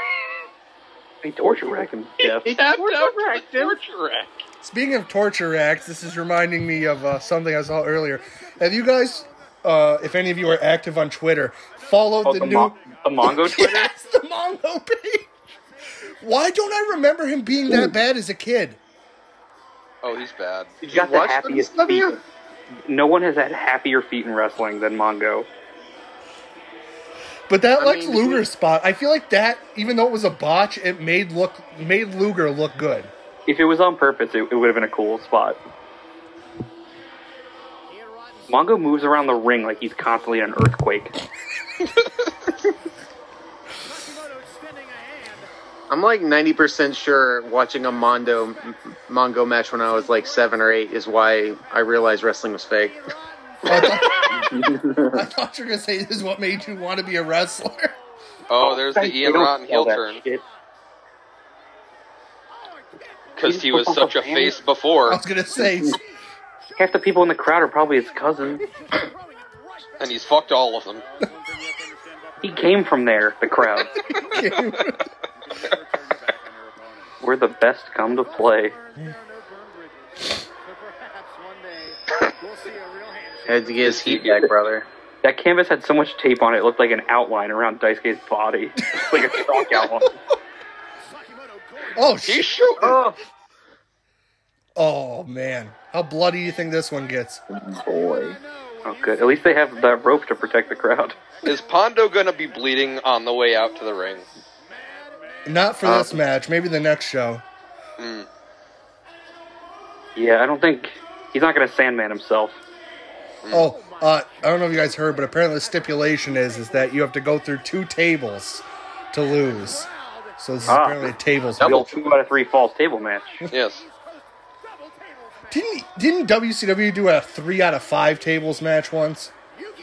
S3: They torture rack him to death.
S4: He
S2: Tapped
S4: torture
S2: out to
S4: racked
S2: the
S4: him.
S2: torture rack.
S1: Speaking of torture acts, this is reminding me of uh, something I saw earlier. Have you guys, uh, if any of you are active on Twitter, followed
S3: Oh,
S1: the,
S3: the,
S1: new
S3: Mon- the Mongo Twitter?
S1: Yes, the Mongo Pig. Why don't I remember him being that bad as a kid?
S2: Oh, he's bad.
S4: Did
S3: got the
S4: watch the
S3: happiest
S4: rest of
S3: feet.
S4: you?
S3: No one has had happier feet in wrestling than Mongo.
S1: But that
S4: I
S1: Lex
S4: mean,
S1: Luger
S4: he-
S1: spot, I feel like that, even though it was a botch, it made look made Luger look good.
S3: If it was on purpose, it, it would have been a cool spot. Mongo moves around the ring like he's constantly in an earthquake.
S9: Nakamoto extending a hand.
S4: I'm like 90% sure watching a Mondo Mongo match when I was like 7 or 8 is why I realized wrestling was fake.
S1: I thought, I thought you were gonna say this is what made you want to be a wrestler.
S2: Oh, there's the
S3: They
S2: Ian
S3: don't
S2: Rotten
S3: sell
S2: heel
S3: that
S2: turn
S3: shit.
S2: because he was such a face before,
S1: I was gonna say
S3: Half the people in the crowd are probably his cousin.
S2: and he's fucked all of them.
S3: He came from there, the crowd. We're the best come to play.
S4: I had to get his heat back, brother.
S3: That canvas had so much tape on it, it looked like an outline around Daisuke's body. like a chalk outline.
S1: Oh
S2: He's
S1: sh-
S2: shooting.
S1: Oh man. How bloody do you think this one gets?
S5: Boy.
S3: Oh, good. At least they have that rope to protect the crowd.
S2: Is Pondo gonna be bleeding on the way out to the ring?
S1: Not for this match, maybe the next show.
S3: Yeah, I don't think he's not going to Sandman himself.
S1: Oh, uh, I don't know if you guys heard, but apparently the stipulation is is that you have to go through two tables to lose. So this is
S3: Ah.
S1: apparently a tables.
S3: The
S1: match.
S3: old two out of three falls table match.
S2: Yes.
S1: Didn't didn't WCW do a three out of five tables match once?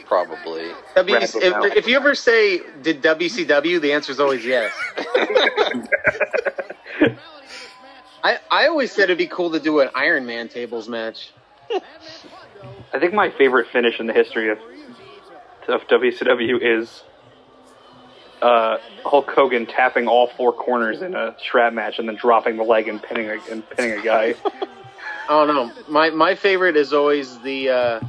S2: Probably.
S4: W-
S3: Rap
S4: if,
S3: it out.
S4: if you ever say, did WCW, the answer is always yes. I, I always said it'd be cool to do an Iron Man tables match.
S3: I think my favorite finish in the history of, of WCW is uh, Hulk Hogan tapping all four corners in a strap match and then dropping the leg and pinning a, and pinning a guy.
S4: Oh no, my my favorite is always the uh,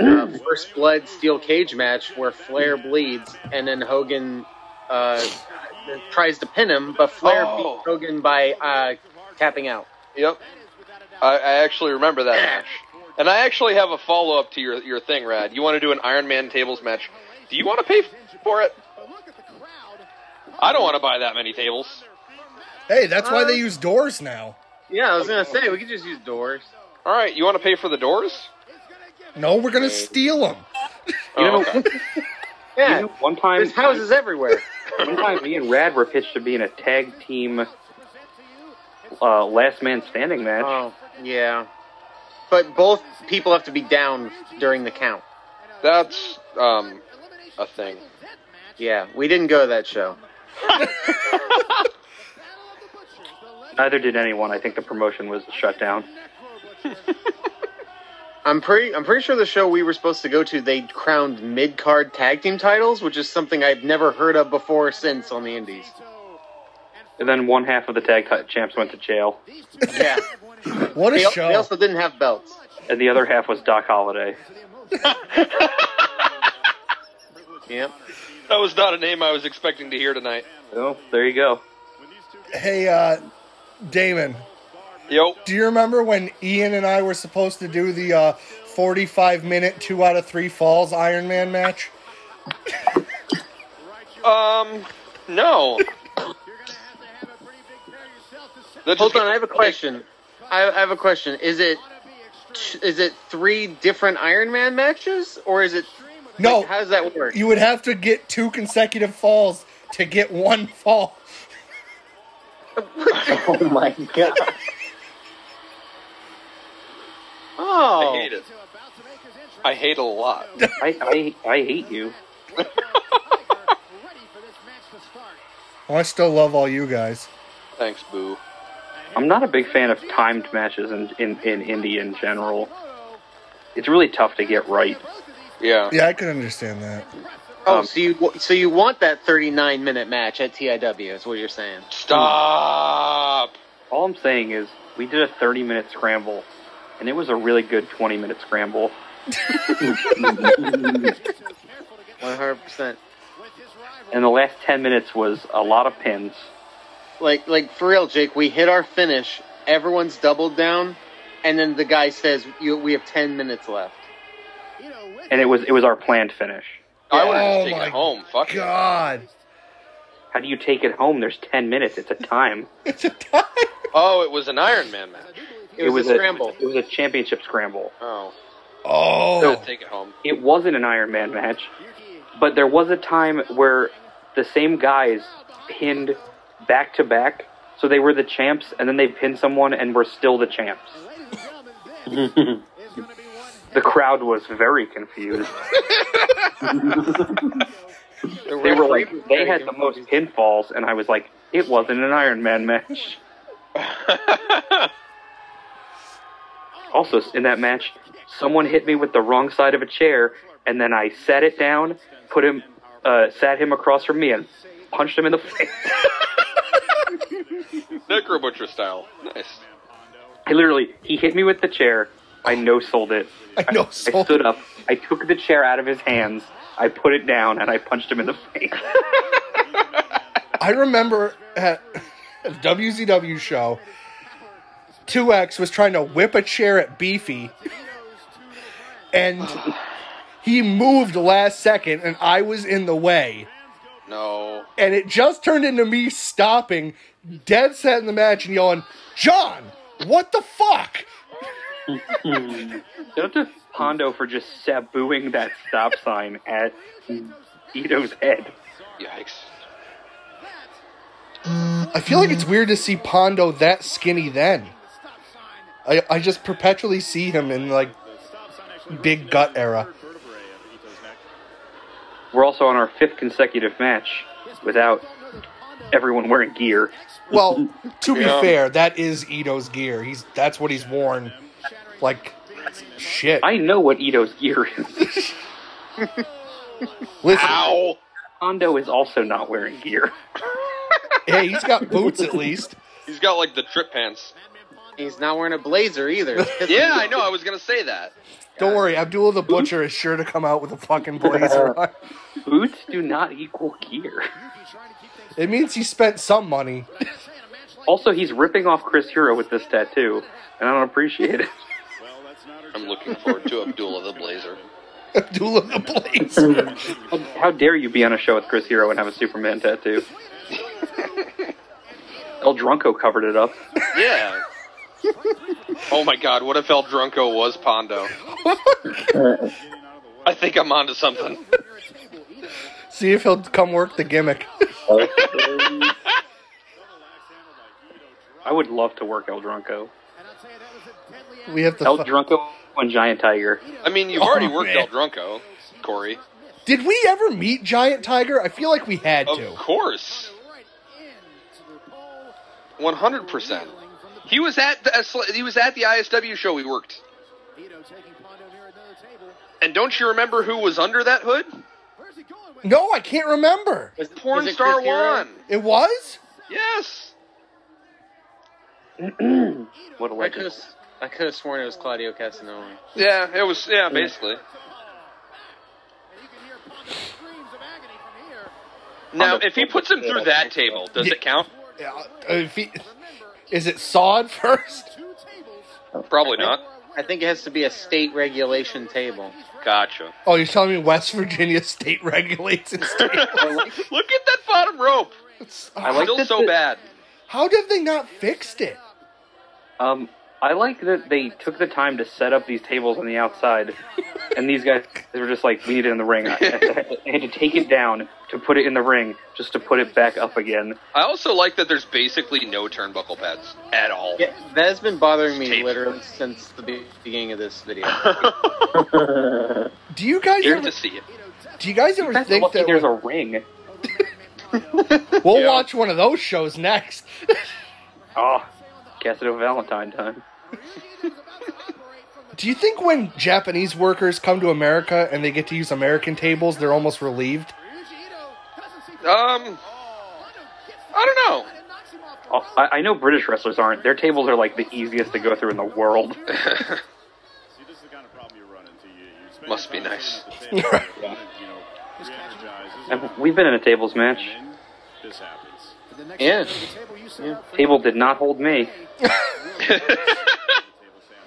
S4: uh, first blood steel cage match where Flair bleeds and then Hogan uh, tries to pin him, but Flair
S2: Oh.
S4: beats Hogan by uh, tapping out.
S2: Yep. I, I actually remember that match. And I actually have a follow up to your, your thing, Rad. You want to do an Iron Man tables match. Do you want to pay for it? I don't want to buy that many tables.
S1: Hey, that's why they use doors now.
S4: Yeah, I was gonna say we could just use doors.
S2: All right, you want to pay for the doors?
S1: No, we're gonna steal them.
S3: You know,
S2: Oh, okay.
S4: Yeah,
S3: You know, one time,
S4: there's houses everywhere.
S3: one time, me and Rad were pitched to be in a tag team uh, last man standing match.
S4: Oh yeah, but both people have to be down during the count.
S2: that's um, a thing.
S4: Yeah, we didn't go to that show.
S3: Neither did anyone. I think the promotion was shut down.
S4: I'm pretty I'm pretty sure the show we were supposed to go to they crowned mid card tag team titles, which is something I've never heard of before or since on the Indies.
S3: And then one half of the tag ti- champs went to jail,
S4: Yeah.
S1: What a
S4: They, al-
S1: show!
S4: they also didn't have belts.
S3: and the other half was Doc Holliday.
S4: Yep.
S2: That was not a name I was expecting to hear tonight.
S3: So there you go.
S1: hey, uh, Damon,
S2: Yo,
S1: do you remember when Ian and I were supposed to do the uh, forty-five minute two out of three falls Iron Man match?
S2: um, no. That just
S4: Hold on,
S2: gets-
S4: I have a question. I, I have a question. Is it is it three different Iron Man matches or is it
S1: No,
S4: how does that work?
S1: Oh. you would have to get two consecutive falls to get one fall.
S5: Oh my god.
S2: I
S4: Oh,
S2: hate it. I hate it a lot.
S3: I, I, I hate you.
S1: Well, Oh, I still love all you guys.
S2: Thanks, Boo.
S3: I'm not a big fan of timed matches in, in, in Indy in general. It's really tough to get right.
S2: Yeah.
S1: Yeah, I could understand that.
S4: Oh,
S3: Um,
S4: so you wa- so you want that 39 minute match at TIW is what you're saying?
S2: Stop.
S3: All I'm saying is we did a 30 minute scramble, and it was a really good 20 minute scramble.
S4: 100. percent
S3: And the last 10 minutes was a lot of pins.
S4: Like like for real, Jake. We hit our finish. Everyone's doubled down, and then the guy says, you, "We have 10 minutes left."
S3: And it was it was our planned finish.
S2: I would have
S1: Oh
S2: just taken
S1: my
S2: it home. Fuck it.
S1: God.
S3: How do you take it home? There's 10 minutes. It's a time.
S2: Oh, it was an Iron Man match.
S4: It was, a scramble.
S3: it was a championship scramble.
S2: Oh,
S1: Oh.
S2: take it home.
S3: It wasn't an Iron Man match, but there was a time where the same guys pinned back to back. So they were the champs, and then they pinned someone and were still the champs. The crowd was very confused. They were like, they had the most pinfalls, and I was like, it wasn't an Iron Man match. Also, in that match, someone hit me with the wrong side of a chair, and then I sat it down, put him, uh, sat him across from me, and punched him in the face.
S2: Necro Butcher style. Nice.
S3: I literally, he hit me with the chair. I no sold it.
S1: I know.
S3: I
S1: So,
S3: stood up. I took the chair out of his hands. I put it down, and I punched him in the face.
S1: I remember at a WZW show, 2X was trying to whip a chair at Beefy, and he moved last second, and I was in the way.
S2: No.
S1: and it just turned into me stopping dead set in the match and yelling, John, what the fuck?
S3: Shout out to Hondo for just sabooing that stop sign at Ito's head.
S2: Yikes.
S1: I feel like it's weird to see Pondo that skinny then. I, I just perpetually see him in like big gut era.
S3: We're also on our fifth consecutive match without everyone wearing gear.
S1: Well, to be
S2: Yeah.
S1: fair, that is Ito's gear. He's that's what he's worn. Like shit.
S3: I know what Ito's gear is.
S1: Listen,
S2: Ow.
S3: Hondo is also not wearing gear.
S1: hey, he's got boots at least.
S2: He's got like the trip pants.
S4: He's not wearing a blazer either.
S2: Yeah, I know. I was gonna say that.
S1: Don't worry, Abdullah the Butcher is sure to come out with a fucking blazer. on.
S3: Boots do not equal gear.
S1: It means he spent some money.
S3: Also, he's ripping off Chris Hero with this tattoo, and I don't appreciate it.
S2: I'm looking forward to Abdullah the Blazer.
S1: Abdullah the Blazer.
S3: How, how dare you be on a show with Chris Hero and have a Superman tattoo? El Drunko covered it up.
S2: Yeah. Oh my God! What if El Drunko was Pondo? I think I'm onto something.
S1: See if he'll come work the gimmick.
S3: I would love to work El Drunko.
S1: We have to.
S3: El
S1: fu-
S3: Drunko and Giant Tiger.
S2: I mean, you've
S1: Oh,
S2: already worked
S1: man.
S2: El Drunko, Corey.
S1: Did we ever meet Giant Tiger? I feel like we had
S2: Of
S1: to.
S2: course. 100%. He was at the he was at the ISW show we worked. And don't you remember who was under that hood?
S1: No, I can't remember.
S4: Was-
S2: Porn
S4: was it
S2: star
S4: Chris Hero?
S2: one.
S1: It was.
S2: Yes.
S3: What a
S4: I
S3: legend.
S4: could have I could have sworn it was Claudio Casanova.
S2: Yeah, it was. Yeah, basically. Now, if he puts him through that table, does it count?
S1: Yeah, uh, if he- is it sawed first?
S2: Probably not.
S4: I think it has to be a state regulation table.
S2: Gotcha.
S1: Oh, you're telling me West Virginia state regulates its
S2: Look
S1: state?
S2: at that bottom rope.
S3: I like
S2: Still
S3: that
S2: so
S3: the-
S2: bad.
S1: How did they not fixed it?
S3: Um, I like that they took the time to set up these tables on the outside, and these guys they were just like, "We need it in the ring." I I had to take it down to put it in the ring, just to put it back up again.
S2: I also like that there's basically no turnbuckle pads at all.
S4: Yeah, that has been bothering me
S2: Tape.
S4: literally since the be- beginning of this video.
S1: Do you guys
S2: Here
S1: ever,
S2: to see it.
S1: do you guys ever
S3: That's
S1: think
S3: lucky
S1: that
S3: there's
S1: when,
S3: a ring.
S1: We'll
S4: Yeah.
S1: watch one of those shows next.
S3: Oh, Cassidy Valentine time.
S1: Do you think when Japanese workers come to America and they get to use American tables, they're almost relieved?
S2: Um, I don't know.
S3: Oh, I, I know British wrestlers aren't. Their tables are like the easiest to go through in the world.
S6: See, this is the kind of problem you run into. You, you spend
S2: Must
S6: your
S2: be
S6: time
S2: nice.
S6: sitting at the table,
S3: Yeah.
S6: you know, re-energize. This is
S3: And
S6: what
S3: we've been in a tables match.
S6: happened, and This happens.
S4: Yeah.
S3: Table did not hold me.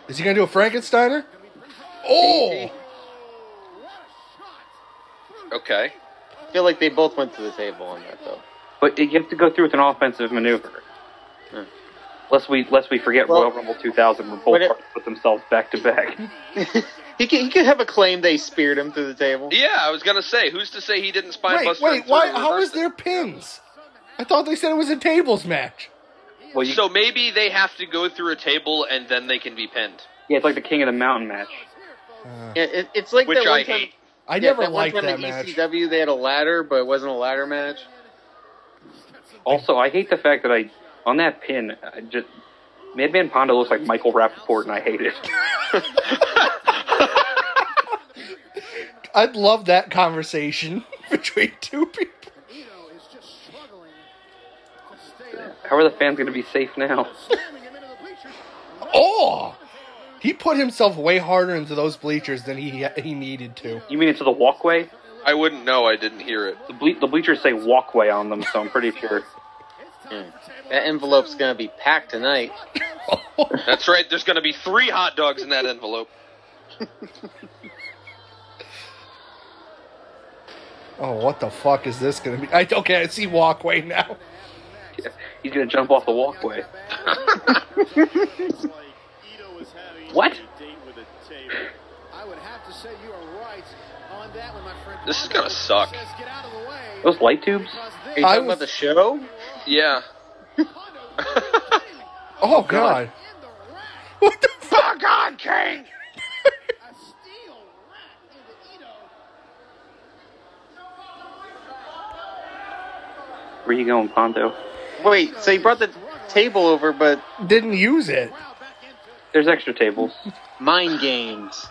S1: Is he gonna do a Frankensteiner? Oh,
S2: Okay.
S4: I feel like they both went to the table on that though.
S3: But you have to go through with an offensive maneuver.
S4: Hmm.
S3: Lest we lest we forget
S4: Well-
S3: Royal Rumble 2000 when both
S4: But it-
S3: parties put themselves back to back.
S4: He could, he could have a claim they speared him through the table.
S2: Yeah, I was gonna say, who's to say he didn't spine
S1: wait,
S2: Buster?
S1: wait,
S2: and
S1: why?
S2: throw the
S1: How is
S2: reverse
S1: there pins? I thought they said it was a tables match.
S3: Well,
S2: it?
S3: you,
S2: So maybe they have to go through a table and then they can be pinned,
S3: yeah, it's like the King of the Mountain match.
S4: Yeah, it, it's like
S2: which
S4: that one
S2: I
S4: time,
S2: hate.
S1: I
S4: yeah,
S1: never
S4: that one
S1: liked
S4: time
S1: that
S4: in
S1: match.
S4: ECW they had a ladder, but it wasn't a ladder match.
S3: Also, I hate the fact that I on that pin, I just Madman Ponda looks like Michael Rappaport, and I hate it.
S1: I'd love that conversation between two people.
S3: How are the fans going to be safe now?
S1: Oh, he put himself way harder into those bleachers than he he needed to.
S3: You mean into the walkway?
S2: I wouldn't know. I didn't hear it.
S3: The, ble- the bleachers say walkway on them, so I'm pretty sure.
S4: That envelope's gonna be packed tonight.
S2: That's right. There's gonna be three hot dogs in that envelope.
S1: Oh, what the fuck is this gonna be? I okay, I see walkway now.
S3: Yeah, He's going to jump off the walkway.
S6: It's like Ito is having
S3: What?
S6: a date with a table.
S9: I would have to say you are right on that one, my friend.
S2: This is gonna suck.
S9: Says, get out of the way.
S3: Those light tubes?
S9: because
S4: Are
S9: this
S4: you
S1: I
S4: talking
S1: was-
S4: about the show?
S2: Yeah.
S1: Oh god,
S9: in the rack,
S1: what the fuck?
S9: a steel rack into Ito.
S3: Where you going, Pondo?
S4: Wait, so you brought the table over, but
S1: Didn't use it.
S3: There's extra tables.
S4: mind games.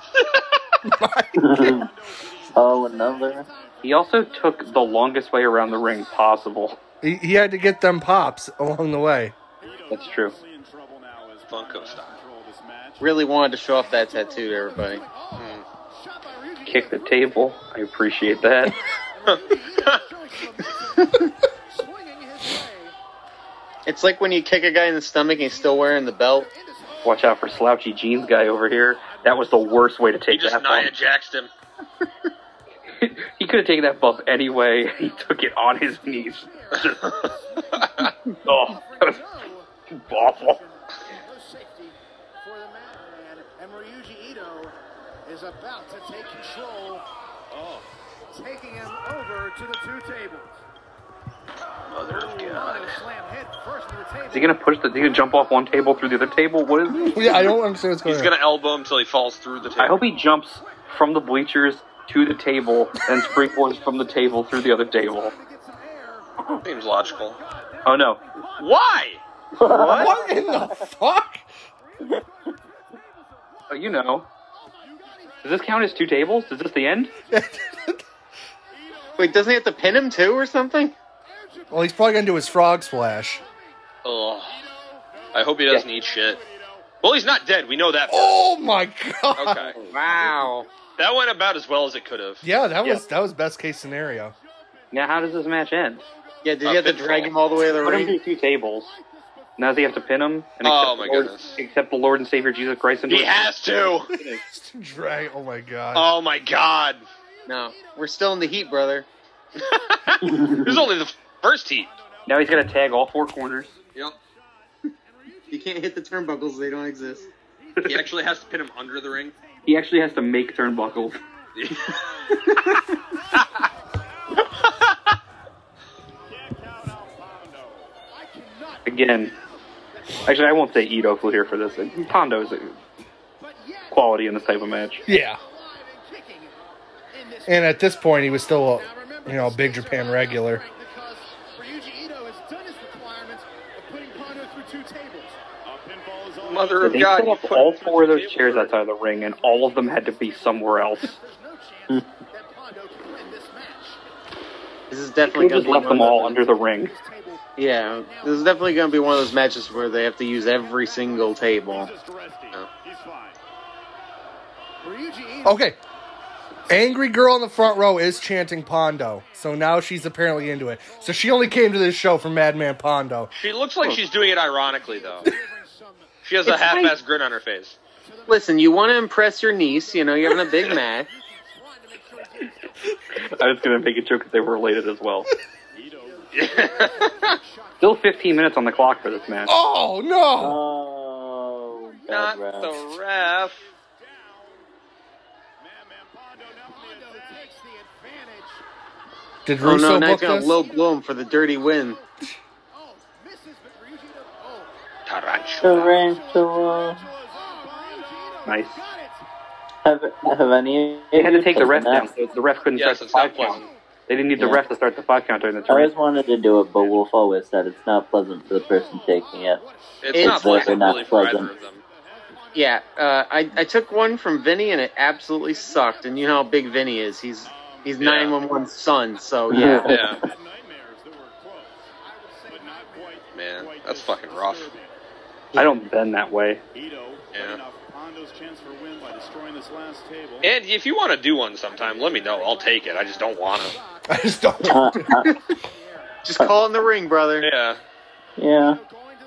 S5: oh, another.
S3: He also took the longest way around the ring possible.
S1: He, he had to get them pops along the way.
S3: That's true.
S6: Really in trouble now as
S2: Funko
S6: Ponda
S2: style.
S6: control this match.
S4: Really wanted to show off that tattoo to everybody.
S2: Hmm.
S9: Oh,
S3: Kick the table. I appreciate that.
S4: It's like when you kick a guy in the stomach and he's still wearing the belt.
S3: Watch out for slouchy jeans guy over here. That was the worst way to
S2: He
S3: take
S2: just
S3: that
S2: Nia
S3: bump.
S2: Jaxed him.
S3: he could have taken that bump anyway. He took it on his knees. oh, that was awful.
S9: Safety for the Madman, and Ryuji Ito is about to take control, taking him over to the two tables.
S2: Mother of God.
S9: Slam head first to the table.
S3: Is he gonna push the? Is he gonna jump off one table through the other table? What is this?
S1: Yeah, I don't understand what's going
S2: He's
S1: on.
S2: gonna elbow him till he falls through the table.
S3: I hope he jumps from the bleachers to the table and springboards from the table through the other table.
S2: seems logical.
S3: Oh no!
S2: Why?
S1: What? in the fuck?
S3: Oh, you know. Does this count as two tables? Is this the end?
S4: Wait, doesn't he have to pin him too or something?
S1: Well, he's probably gonna do his frog splash.
S2: Ugh. I hope he doesn't eat shit. Well, he's not dead. We know that.
S1: Oh my god.
S2: Okay.
S4: Wow.
S2: That went about as well as it could have.
S1: Yeah, that
S3: Yeah.
S1: was that was best case scenario.
S3: Now, how does this match end?
S4: Yeah, did
S2: A
S4: he have to
S2: pinfall.
S4: drag him all the way to the
S3: Put him
S4: ring?
S3: through two tables. Now does he have to pin him? And
S2: Oh,
S3: accept
S2: my
S3: the Lord-
S2: goodness.
S3: Accept the Lord and Savior Jesus Christ into
S2: He
S3: his-
S2: has to.
S1: Drag. Oh my god.
S2: Oh my god.
S4: No, we're still in the heat, brother.
S2: This is only the first heat.
S3: Now he's gonna tag all four corners.
S2: Yep.
S4: You can't hit the turnbuckles; they don't exist.
S2: He actually has to pin him under the ring.
S3: He actually has to make turnbuckles.
S6: Can't count out Pondo.
S3: Again. Actually, I won't say Ito flew here for this. Pondo is a quality in this type of match.
S1: Yeah. And at this point, he was still, a, you know, a Big Japan regular.
S2: Mother of
S3: They
S2: God,
S3: set
S2: you
S3: up
S2: put
S3: all
S2: it
S3: four of
S2: through the
S3: those
S2: table
S3: chairs
S2: for-
S3: outside of the ring, and all of them had to be somewhere else. Hmm.
S4: This is
S3: They
S4: definitely
S3: could've just
S4: going to be
S3: left
S4: one
S3: them
S4: of
S3: all
S4: those-
S3: under the ring.
S4: Yeah, this is definitely going to be one of those matches where they have to use every single table.
S6: He's just resting.
S4: Oh.
S6: He's fine.
S9: E
S3: Oh.
S1: Okay. Angry girl in the front row is chanting Pondo, so now she's apparently into it. So she only came to this show for Madman Pondo.
S2: She looks like she's doing it ironically, though. She has a
S4: It's like-
S2: half-ass grin on her face.
S4: Listen, you want to impress your niece, you know, you're having a big match.
S3: I was going to make a joke that they were related as well. Still 15 minutes on the clock for this match.
S1: Oh no!
S5: Oh,
S2: Not
S5: bad ref.
S2: the ref.
S1: Did
S4: Oh
S1: Russo
S4: no, now he's
S1: book
S4: going
S1: this?
S4: to low blow him for the dirty win.
S9: Oh, E,
S2: Tarantula.
S5: Tarantula.
S6: Oh, E,
S9: Oh, E,
S3: Nice.
S5: Have, have any?
S3: They had to take the ref down, so the ref couldn't
S2: Yes,
S3: start the
S2: it's not
S3: five
S2: pleasant.
S3: count. They didn't need the
S5: Yeah.
S3: ref to start the five count during the
S5: I always
S3: tournament.
S5: wanted to do it, but Wolf always said it's not pleasant for the person taking it.
S2: It's,
S4: It's
S2: not pleasant,
S5: not
S2: really, for either
S5: pleasant.
S2: of them.
S4: Yeah, uh, I, I took one from Vinny and it absolutely sucked. And you know how big Vinny is. He's he's
S2: Yeah.
S4: 911's son, so
S2: Yeah,
S4: yeah.
S6: Had nightmares that were close, but not quite.
S2: man,
S6: quite
S2: that's
S6: this
S2: fucking rough.
S6: disturbing.
S3: I don't bend that way.
S6: Ito
S2: Yeah.
S6: playing off Hondo's chance for a win by destroying this last table.
S2: And if you want to do one sometime, let me know. I'll take it. I just don't want to.
S1: I just don't.
S5: Uh, uh,
S4: Just call it in the ring, brother.
S2: Yeah,
S5: yeah,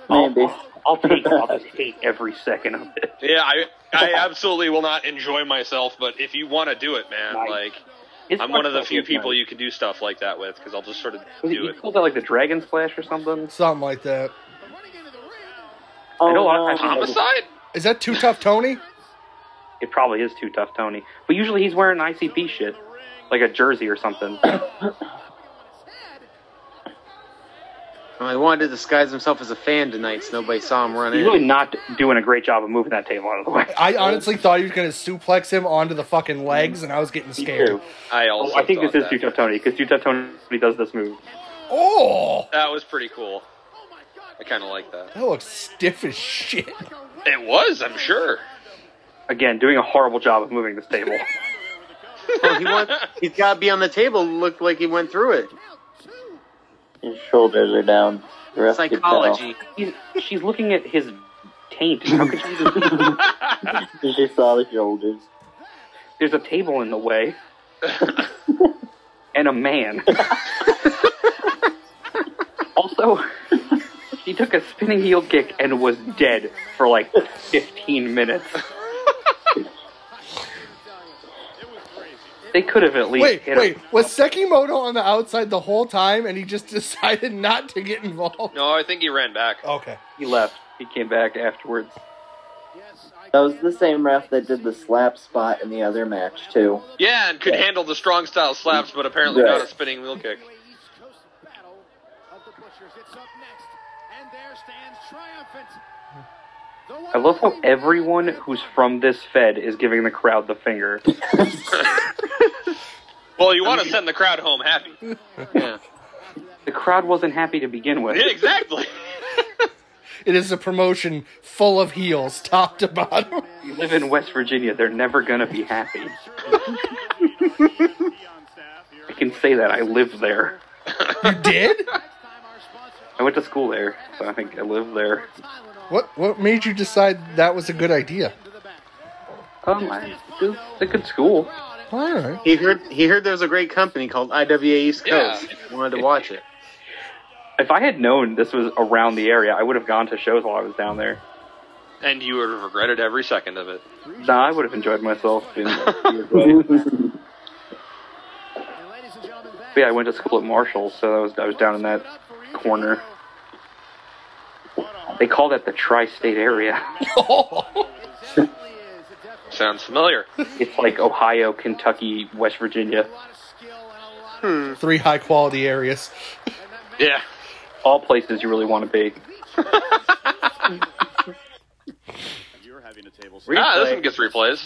S3: I'll,
S5: maybe.
S3: I'll- I'll take, I'll just take every second of it.
S2: yeah. I I absolutely will not enjoy myself, but if you want to do it, man,
S3: Nice.
S2: like
S3: It's
S2: I'm
S3: not
S2: one of the few
S3: fucking
S2: people
S3: nice.
S2: you can do stuff like that with because I'll just sort of
S3: Was
S2: do
S3: it,
S2: it.
S3: he called that like the Dragon Splash or something?
S1: Something like that.
S5: Oh,
S3: I know a lot of
S5: no.
S3: times-
S2: Homicide?
S1: Is that too tough, Tony?
S3: It probably is too tough, Tony. But usually he's wearing ICP shit, like a jersey or something.
S4: Well, he wanted to disguise himself as a fan tonight, so nobody saw him run
S3: He's really
S4: in.
S3: not doing a great job of moving that table out of the way.
S1: I honestly thought he was gonna suplex him onto the fucking legs, and I was getting scared.
S2: I also.
S3: Oh, I think this
S2: thought
S3: is
S2: that.
S3: too tough, Tony, because too tough, Tony does this move.
S1: Oh,
S2: That was pretty cool. I kind of like that.
S1: that looks stiff as shit.
S2: It was, I'm sure.
S3: Again, doing a horrible job of moving this table.
S4: Oh, he wants, he's got to be on the table. Looked like he went through it.
S5: His shoulders are down. The ref could tell.
S4: Psychology.
S3: He's, she's looking at his taint. How could she just-
S5: He just saw the shoulders.
S3: There's a table in the way. and a man. also, she took a spinning heel kick and was dead for like 15 minutes. They could have at least
S1: Wait,
S3: hit her.
S1: wait, was Sekimoto on the outside the whole time, and he just decided not to get involved?
S2: No, I think he ran back.
S1: Okay.
S3: He left. He came back afterwards.
S5: That was the same ref that did the slap spot in the other match too.
S2: Yeah, and could handle the strong style slaps, but apparently
S5: Right.
S2: not a spinning wheel kick.
S3: I love how everyone who's from this Fed is giving the crowd the finger.
S2: Well, you want to send the crowd home happy.
S4: Yeah.
S3: The crowd wasn't happy to begin with.
S2: Yeah, exactly.
S1: It is a promotion full of heels, top to bottom.
S3: You live in West Virginia, they're never gonna be happy. I can say that, I live there.
S1: You did?
S3: I went to school there, so I think I live there.
S1: What what made you decide that was a good idea?
S3: Um, I, it's a good school.
S1: All right.
S4: He heard he heard there was a great company called IWA East
S2: Yeah.
S4: Coast. He Wanted to watch it.
S3: If I had known this was around the area, I would have gone to shows while I was down there.
S2: and you would have regretted every second of it.
S3: Nah, I would have enjoyed myself. In but yeah, I went to school at Marshall, so I was I was down in that
S9: E.
S3: corner. They call that the tri-state area.
S2: Sounds familiar.
S3: It's like Ohio, Kentucky, West Virginia, Hmm.
S1: Three high quality areas.
S2: Yeah.
S3: all places you really want to be.
S6: You're having a table.
S2: Ah, this one gets replays.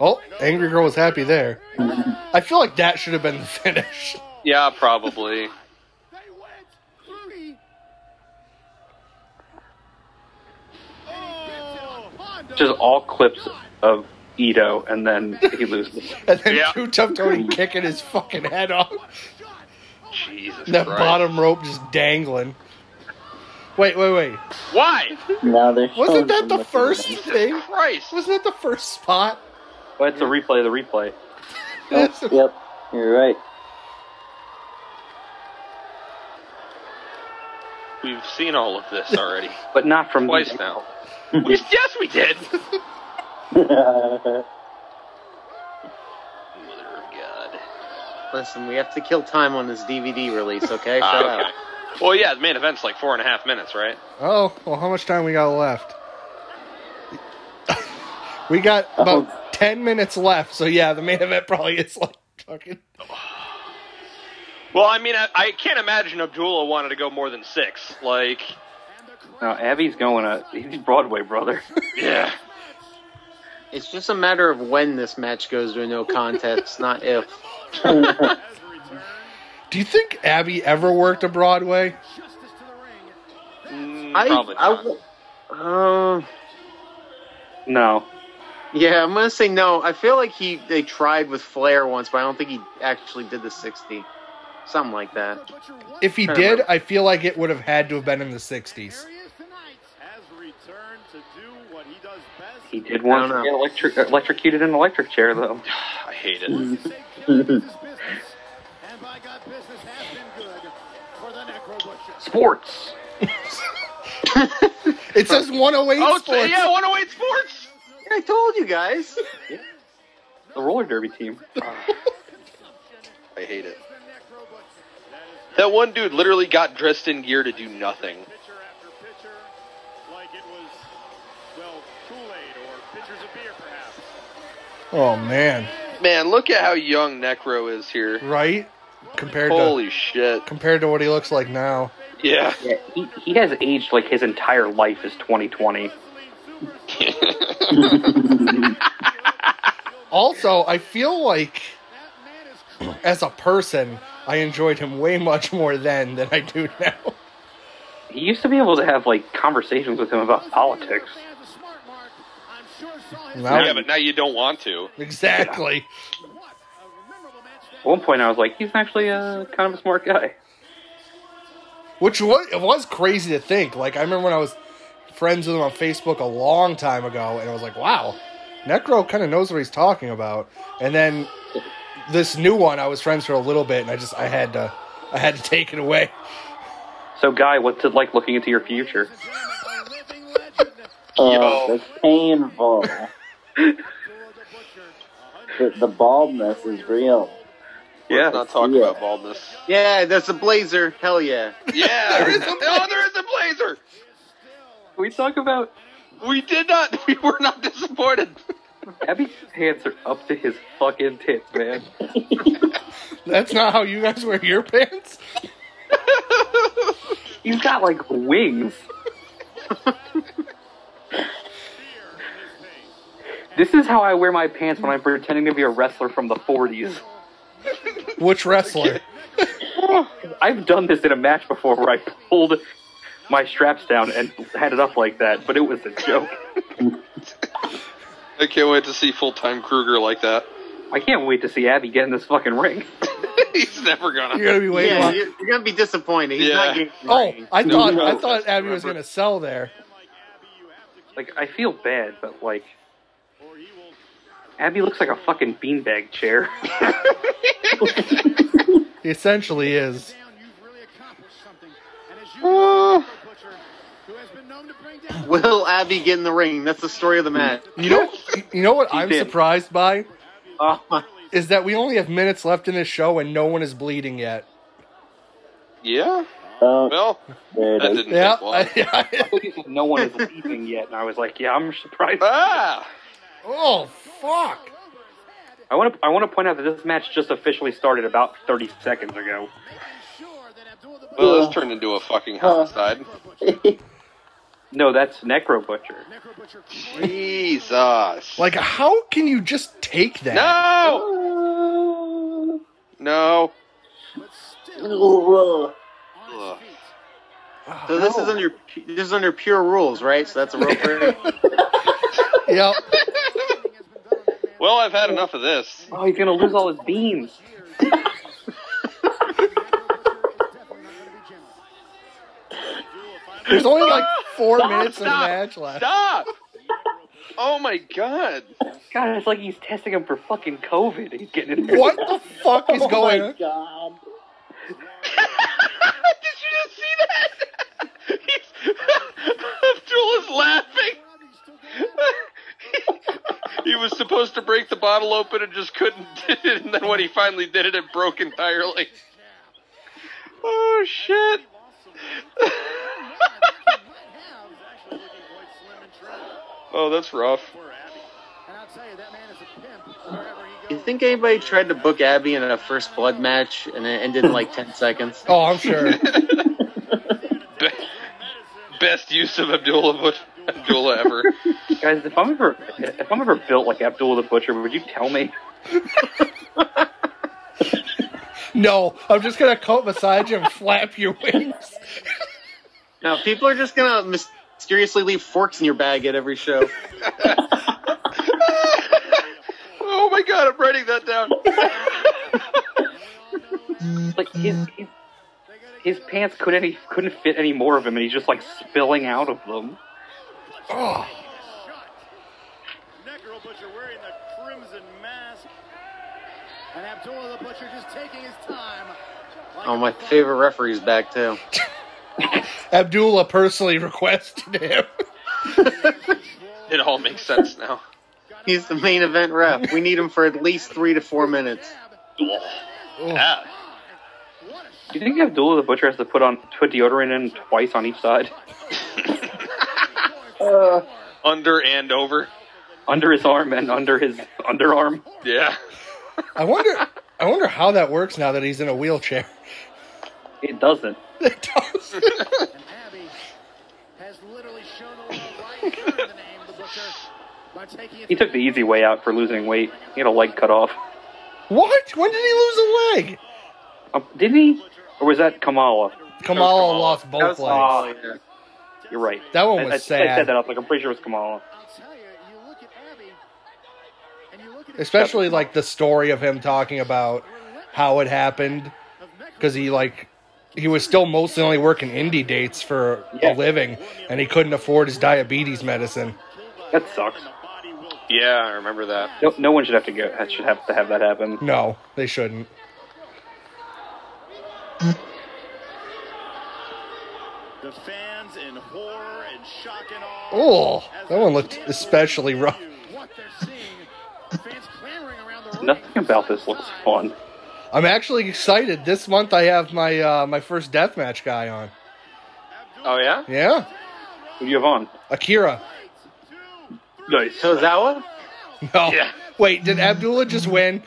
S1: Oh, Angry Girl was happy there. I feel like that should have been the finish.
S2: Yeah, probably.
S9: They went three. Oh,
S3: Just all clips of Ito, and then he loses.
S1: And then
S2: Yeah.
S1: two tough Tony kicking his fucking head off.
S2: Jesus
S1: That
S2: Christ.
S1: bottom rope just dangling. Wait, wait, wait.
S2: Why?
S5: Now they're showing
S1: Wasn't that
S5: him
S1: the
S5: looking
S1: first
S5: back.
S1: thing?
S2: Christ.
S1: Wasn't that the first spot?
S3: Well, it's a replay. of The replay.
S5: Oh, yep, you're right.
S2: We've seen all of this already.
S3: but not from
S2: Twice now. We- yes, we did.
S5: Oh,
S2: Mother of God.
S4: Listen, we have to kill time on this DVD release, okay? Shut
S2: Ah, okay.
S4: up.
S2: Well, yeah, the main event's like four and a half minutes, right?
S1: Oh, well, how much time we got left? we got about 10 minutes left, so yeah, the main event probably is like fucking.
S2: Well, I mean, I, I can't imagine Abdullah wanted to go more than six. Like,
S3: Now Abby's going to. He's Broadway brother.
S2: yeah.
S4: It's just a matter of when this match goes to a no contest, not if.
S1: Do you think Abby ever worked a Broadway?
S2: Mm,
S4: I,
S2: probably
S4: I
S2: not.
S4: w- uh,
S3: No,
S4: yeah, I'm gonna say no. I feel like he they tried with Flair once, but I don't think he actually did the 60, something like that.
S1: If he
S4: Can't
S1: did,
S4: remember.
S1: I feel like it would have had to have been in the 60s.
S6: Has returned to do what he does best.
S3: he did
S4: I
S3: once
S4: don't know.
S3: get electric, electrocuted in an electric chair though.
S2: I hate it.
S3: Sports.
S1: It says 108
S2: Oh, it's-
S1: Sports.
S2: yeah, 108 Sports!
S4: I told you guys.
S3: The roller derby team.
S2: I hate it. That one dude literally got dressed in gear to do nothing.
S6: pitcher after pitcher, like it was, well, Kool-Aid or pitchers of beer, perhaps.
S1: Oh, man.
S2: Man, look at how young Necro is here.
S1: Right? Compared to
S2: Holy shit.
S1: compared to what he looks like now.
S2: Yeah.
S3: Yeah, he, he has aged like his entire life is 2020.
S1: Also, I feel like as a person, I enjoyed him way much more then than I do now.
S3: He used to be able to have like conversations with him about politics.
S1: Now-
S2: yeah, but now you don't want to.
S1: exactly.
S3: At one point, I was like, he's actually uh, kind of a smart guy.
S1: Which was, it was crazy to think. Like, I remember when I was friends with him on Facebook a long time ago, and I was like, wow, Necro kind of knows what he's talking about. And then this new one, I was friends for a little bit, and I just, I had to, I had to take it away.
S3: So, Guy, what's it like looking into your future?
S5: Oh, that's painful. the, the baldness is real.
S3: Yeah.
S2: Let's not talk
S5: Yeah.
S2: about baldness.
S4: Yeah, that's a blazer. Hell yeah.
S2: Yeah. there is a, oh, there is a blazer.
S3: Can we talk about
S2: We did not. We were not disappointed.
S3: Abby's pants are up to his fucking tits, man.
S1: That's not how you guys wear your pants?
S3: He's got like wings. this is how I wear my pants when I'm pretending to be a wrestler from the 40s.
S1: Which wrestler?
S3: I've done this in a match before where I pulled my straps down and had it up like that, but it was a joke.
S2: I can't wait to see full time Kruger like that.
S3: I can't wait to see Abby get in this fucking ring.
S2: He's never gonna.
S1: You're gonna be waiting.
S4: yeah,
S1: on-
S4: you're, you're gonna be disappointed. He's not
S2: Yeah.
S4: getting
S1: Oh, I thought
S2: no.
S1: I thought Abby was gonna sell there.
S3: Like, I feel bad, but like. Abby looks like a fucking beanbag chair.
S1: He essentially is.
S4: Will Abby get in the ring? That's the story
S2: Hmm.
S4: of the match.
S1: You know, you know what I'm
S3: did.
S1: surprised by
S4: Oh my
S1: is that we only have minutes left in this show and no one is bleeding yet.
S2: Yeah.
S5: Oh,
S2: Well,
S5: there it
S2: that
S5: is.
S2: didn't
S1: Yeah,
S2: take long.
S3: no one is leaving yet, and I was like, "Yeah, I'm surprised."
S2: Ah.
S1: oh fuck!
S3: I want to. I want to point out that this match just officially started about 30 seconds ago.
S2: Well, this turned into a fucking homicide.
S3: No, that's Necro Butcher.
S2: Jesus.
S1: Like, how can you just take that?
S2: no. No.
S5: Ugh.
S2: Ugh.
S4: So this is under this is under pure rules, right? So that's a real prayer.
S1: Yep.
S2: Well, I've had enough of this.
S3: Oh, he's gonna lose all his beans.
S1: There's only like four
S3: Stop,
S1: minutes of
S3: stop,
S1: match left.
S2: Stop! Oh my god!
S3: God, it's like he's testing him for fucking COVID. He's getting in there.
S1: What the fuck is
S5: oh
S1: going
S5: my
S1: on?
S5: god.
S2: Did you just see that? He's, Abdul is laughing. he was supposed to break the bottle open and just couldn't did it, and then when he finally did it, it broke entirely. Oh shit! Oh, that's rough.
S4: You think anybody tried to book Abby in a first blood match and it ended in like ten seconds?
S1: Oh, I'm sure.
S2: Be- best use of Abdullah Abdullah ever.
S3: Guys, if I'm ever if I'm ever built like Abdul the Butcher, would you tell me?
S1: No, I'm just gonna come beside you and flap your wings.
S4: No, people are just gonna mysteriously leave forks in your bag at every show.
S2: Oh my god, I'm writing that down.
S3: Like his his, his pants couldn't he couldn't fit any more of him, and he's just like spilling out of them.
S1: Oh,
S9: oh,
S6: Necro Butcher wearing the crimson mask.
S9: And Abdullah the Butcher just taking his time. Like
S4: Oh,
S9: a
S4: my
S9: father.
S4: favorite referee's back too.
S1: Abdullah personally requested him.
S2: It all makes sense now.
S4: He's the main event ref. We need him for at least three to four minutes.
S1: Oh,
S3: Do you think Abdullah the Butcher has to put on put deodorant in twice on each side,
S2: Under and over.
S3: under his arm and under his underarm?
S2: Yeah.
S1: I wonder. I wonder how that works now that he's in a wheelchair.
S3: It doesn't.
S1: It does.
S9: And Abby has literally shown the world why he earned the name the Butcher by taking it
S3: He took the easy way out for losing weight. He had a leg cut off.
S1: What? When did he lose a leg?
S3: Um, didn't he? Or was that Kamala?
S1: Kamala lost both
S4: That was-
S1: legs.
S3: Oh, yeah. You're right.
S1: that one
S3: I,
S1: was
S3: I think I
S1: sad.
S3: said that. I was like, I'm pretty sure it was Kamala.
S9: I'll tell you, you look at Abby, and you look at his
S1: Especially like the story of him talking about how it happened
S9: of Necro
S1: because he like he was still mostly only working indie dates for a
S3: Yeah.
S1: living and he couldn't afford his diabetes medicine.
S3: That sucks.
S2: Yeah, I remember that.
S3: No, no one should have to go. Should have to have that happen.
S1: No, they shouldn't.
S6: The fans in horror and shock and awe.
S1: Oh, that one looked especially rough.
S9: what they're seeing. Fans clamoring around the ring.
S3: Nothing about this looks fun.
S1: I'm actually excited. This month I have my uh, my first deathmatch guy on.
S2: Oh yeah?
S1: Yeah,
S3: Who do you have on?
S1: Akira.
S3: Nice.
S4: Tozawa?
S1: No,
S2: Yeah.
S1: wait, did Abdullah just win?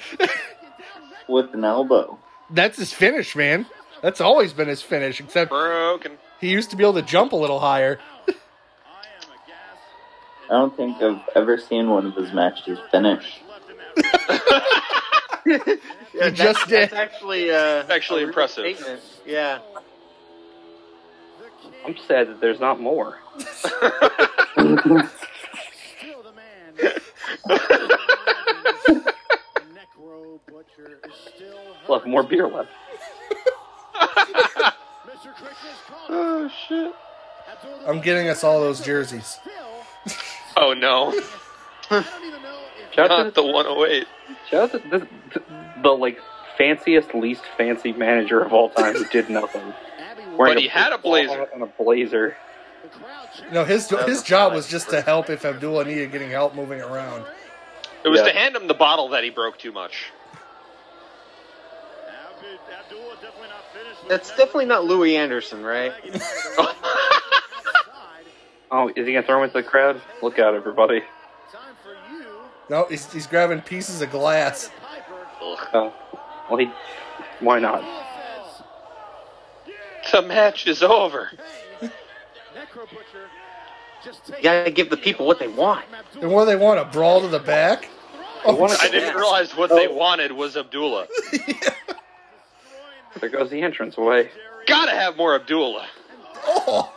S5: With an elbow.
S1: That's his finish, man. That's always been his finish, except
S2: Broken.
S1: he used to be able to jump a little higher.
S5: I don't think I've ever seen one of his matches finish.
S4: Yeah,
S1: He
S4: that-
S1: just did.
S4: That's actually uh,
S2: Actually
S4: a real
S2: impressive.
S4: statement. Yeah.
S3: I'm sad that there's not more.
S9: Still the man. Necro Butcher is still.
S3: We'll have more beer left.
S9: Mr. Christmas called.
S2: Oh shit.
S9: Abdul-
S1: I'm getting us all those jerseys.
S9: Still,
S2: Oh no.
S9: I don't even know if
S3: Shout out
S2: Not
S3: to
S2: the 108.
S3: shout out to the, the, the like fanciest, least fancy manager of all time who did nothing.
S9: Abby
S3: Wearing
S2: But he had a blazer.
S3: And a blazer.
S9: the crowd cheering.
S1: No, his his job was just to help if Abdullah needed getting help moving around.
S2: It was
S3: Yeah.
S2: to hand him the bottle that he broke too much.
S6: Abd- Abdullah definitely not finished. with
S4: That's
S6: Necro
S4: definitely not Louis Anderson, right?
S6: dragging him out of the ring.
S9: Outside.
S3: Oh, is he gonna throw him into the crowd? Look out, everybody!
S9: Time for you
S1: No, he's, he's grabbing pieces of glass.
S9: to Piper.
S3: Oh, well, he. Why not?
S9: Abdullah says,
S2: The match is over.
S9: hey, Necro Butcher, just take
S4: You gotta give the people what they want.
S9: from Abdul.
S1: And what do they want? A brawl to the back?
S3: I wanna-
S2: I didn't realize what they wanted was Abdullah.
S3: There goes the entrance way.
S2: Gotta have more Abdullah.
S1: Oh,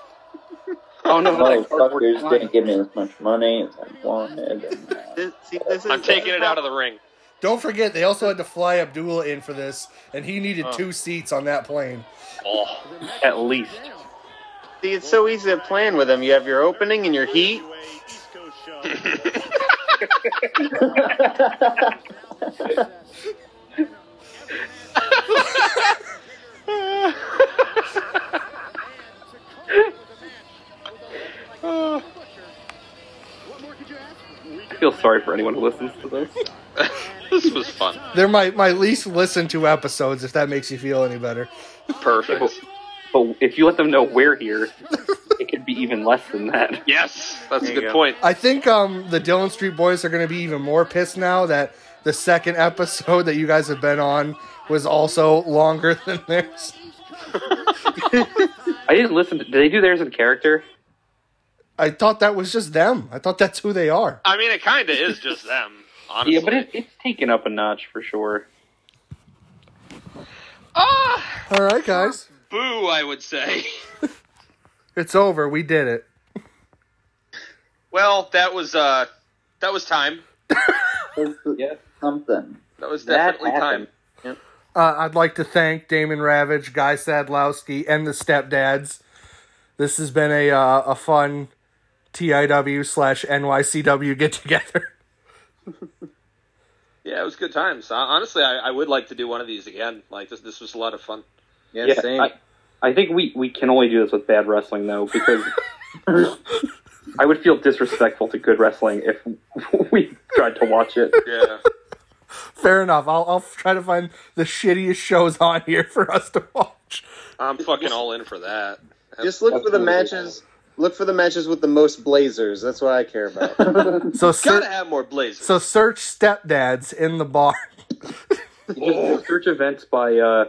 S3: Oh no! that cardboard
S5: Motherfuckers
S3: sign.
S5: didn't give me as much money as I wanted. And, uh,
S4: This, see, this is
S2: I'm taking it out of the ring.
S1: don't forget they also had to fly Abdullah in for this, and he needed two seats on that plane.
S2: Oh,
S3: At least.
S4: See, it's so easy to plan with them. You have your opening and your heat.
S6: East Coast show.
S3: I feel sorry for anyone who listens to this.
S2: this was fun.
S1: They're my my least listened to episodes, if that makes you feel any better.
S2: Perfect.
S3: But if you let them know we're here, it could be even less than that.
S2: Yes, that's a
S4: There you
S2: good
S4: go.
S2: point.
S1: I think um the Dillon Street Boys are going to be even more pissed now that the second episode that you guys have been on was also longer than theirs.
S3: I didn't listen. To, did they do theirs in character?
S1: I thought that was just them. I thought that's who they are.
S2: I mean, it kind of is just them, honestly.
S3: Yeah, but it, it's taken up a notch for sure.
S2: ah,
S1: All right, guys.
S2: boo! I would say.
S1: It's over. We did it.
S2: Well, that was uh, that was time.
S5: yeah. Something.
S2: That was
S5: That
S2: definitely time.
S5: happened.
S1: Uh, I'd like to thank Damon Ravage, Guy Sadlowski, and the stepdads. This has been a uh, a fun TIW slash NYCW get together.
S2: Yeah, it was good times. Uh, honestly, I, I would like to do one of these again. Like this, this was a lot of fun.
S4: Yeah, same.
S3: I, I think we, we can only do this with bad wrestling though, because I would feel disrespectful to good wrestling if we tried to watch it.
S2: Yeah.
S1: Fair enough. I'll I'll try to find the shittiest shows on here for us to watch.
S2: I'm fucking all in for that.
S4: Just look for the matches. Look for the matches with the most blazers. That's what I care about.
S1: So ser-
S2: Gotta have more blazers.
S1: so search stepdads in the bar.
S3: Search events by uh,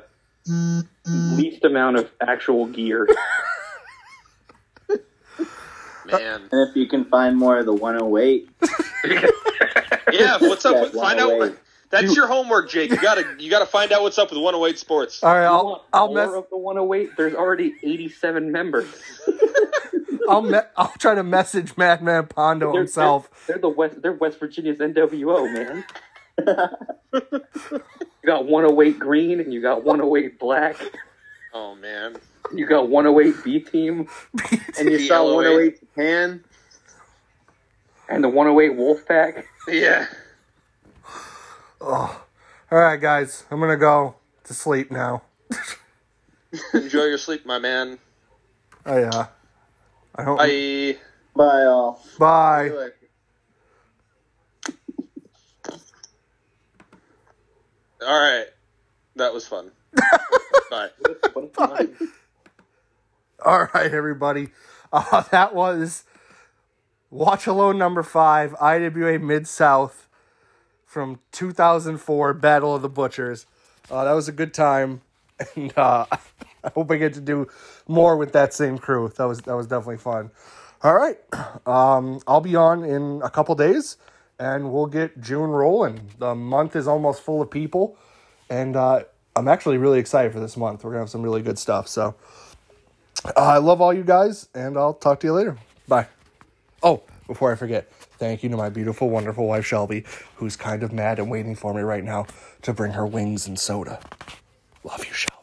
S3: least amount of actual gear.
S2: Man.
S5: And if you can find more of the 108,
S2: Yeah, what's up?
S5: Yeah,
S2: with, find out. What,
S5: 108.
S2: that's your homework, Jake. You gotta you gotta find out what's up with 108 Sports.
S1: All right, I'll I'll mess
S3: More of the 108. There's already 87 members.
S1: I'll me- I'll try to message Madman Pondo
S3: They're-
S1: himself.
S3: They're, they're the West. They're West Virginia's NWO man. you got 108 green and you got 108 black.
S2: Oh man.
S3: and You got 108 B team
S4: and you
S2: The
S4: saw
S2: LOA.
S4: 108 Japan.
S3: and the 108 Wolf Pack.
S2: Yeah.
S1: All right, guys, I'm gonna go to sleep now.
S2: Enjoy your sleep, my man.
S1: I uh, I don't.
S2: Bye.
S5: bye all.
S1: Bye.
S2: All right. That was fun. Bye.
S1: All right, everybody. Uh, that was Watch Alone number five, IWA Mid South from 2004, Battle of the Butchers. Uh, that was a good time, and uh, I hope I get to do more with that same crew. That was that was definitely fun. All right, um, I'll be on in a couple days, and we'll get June rolling. The month is almost full of people, and uh, I'm actually really excited for this month. We're gonna have some really good stuff. So. I love all you guys, and I'll talk to you later. Bye. Oh, before I forget, thank you to my beautiful, wonderful wife, Shelby, who's kind of mad and waiting for me right now to bring her wings and soda. Love you, Shelby.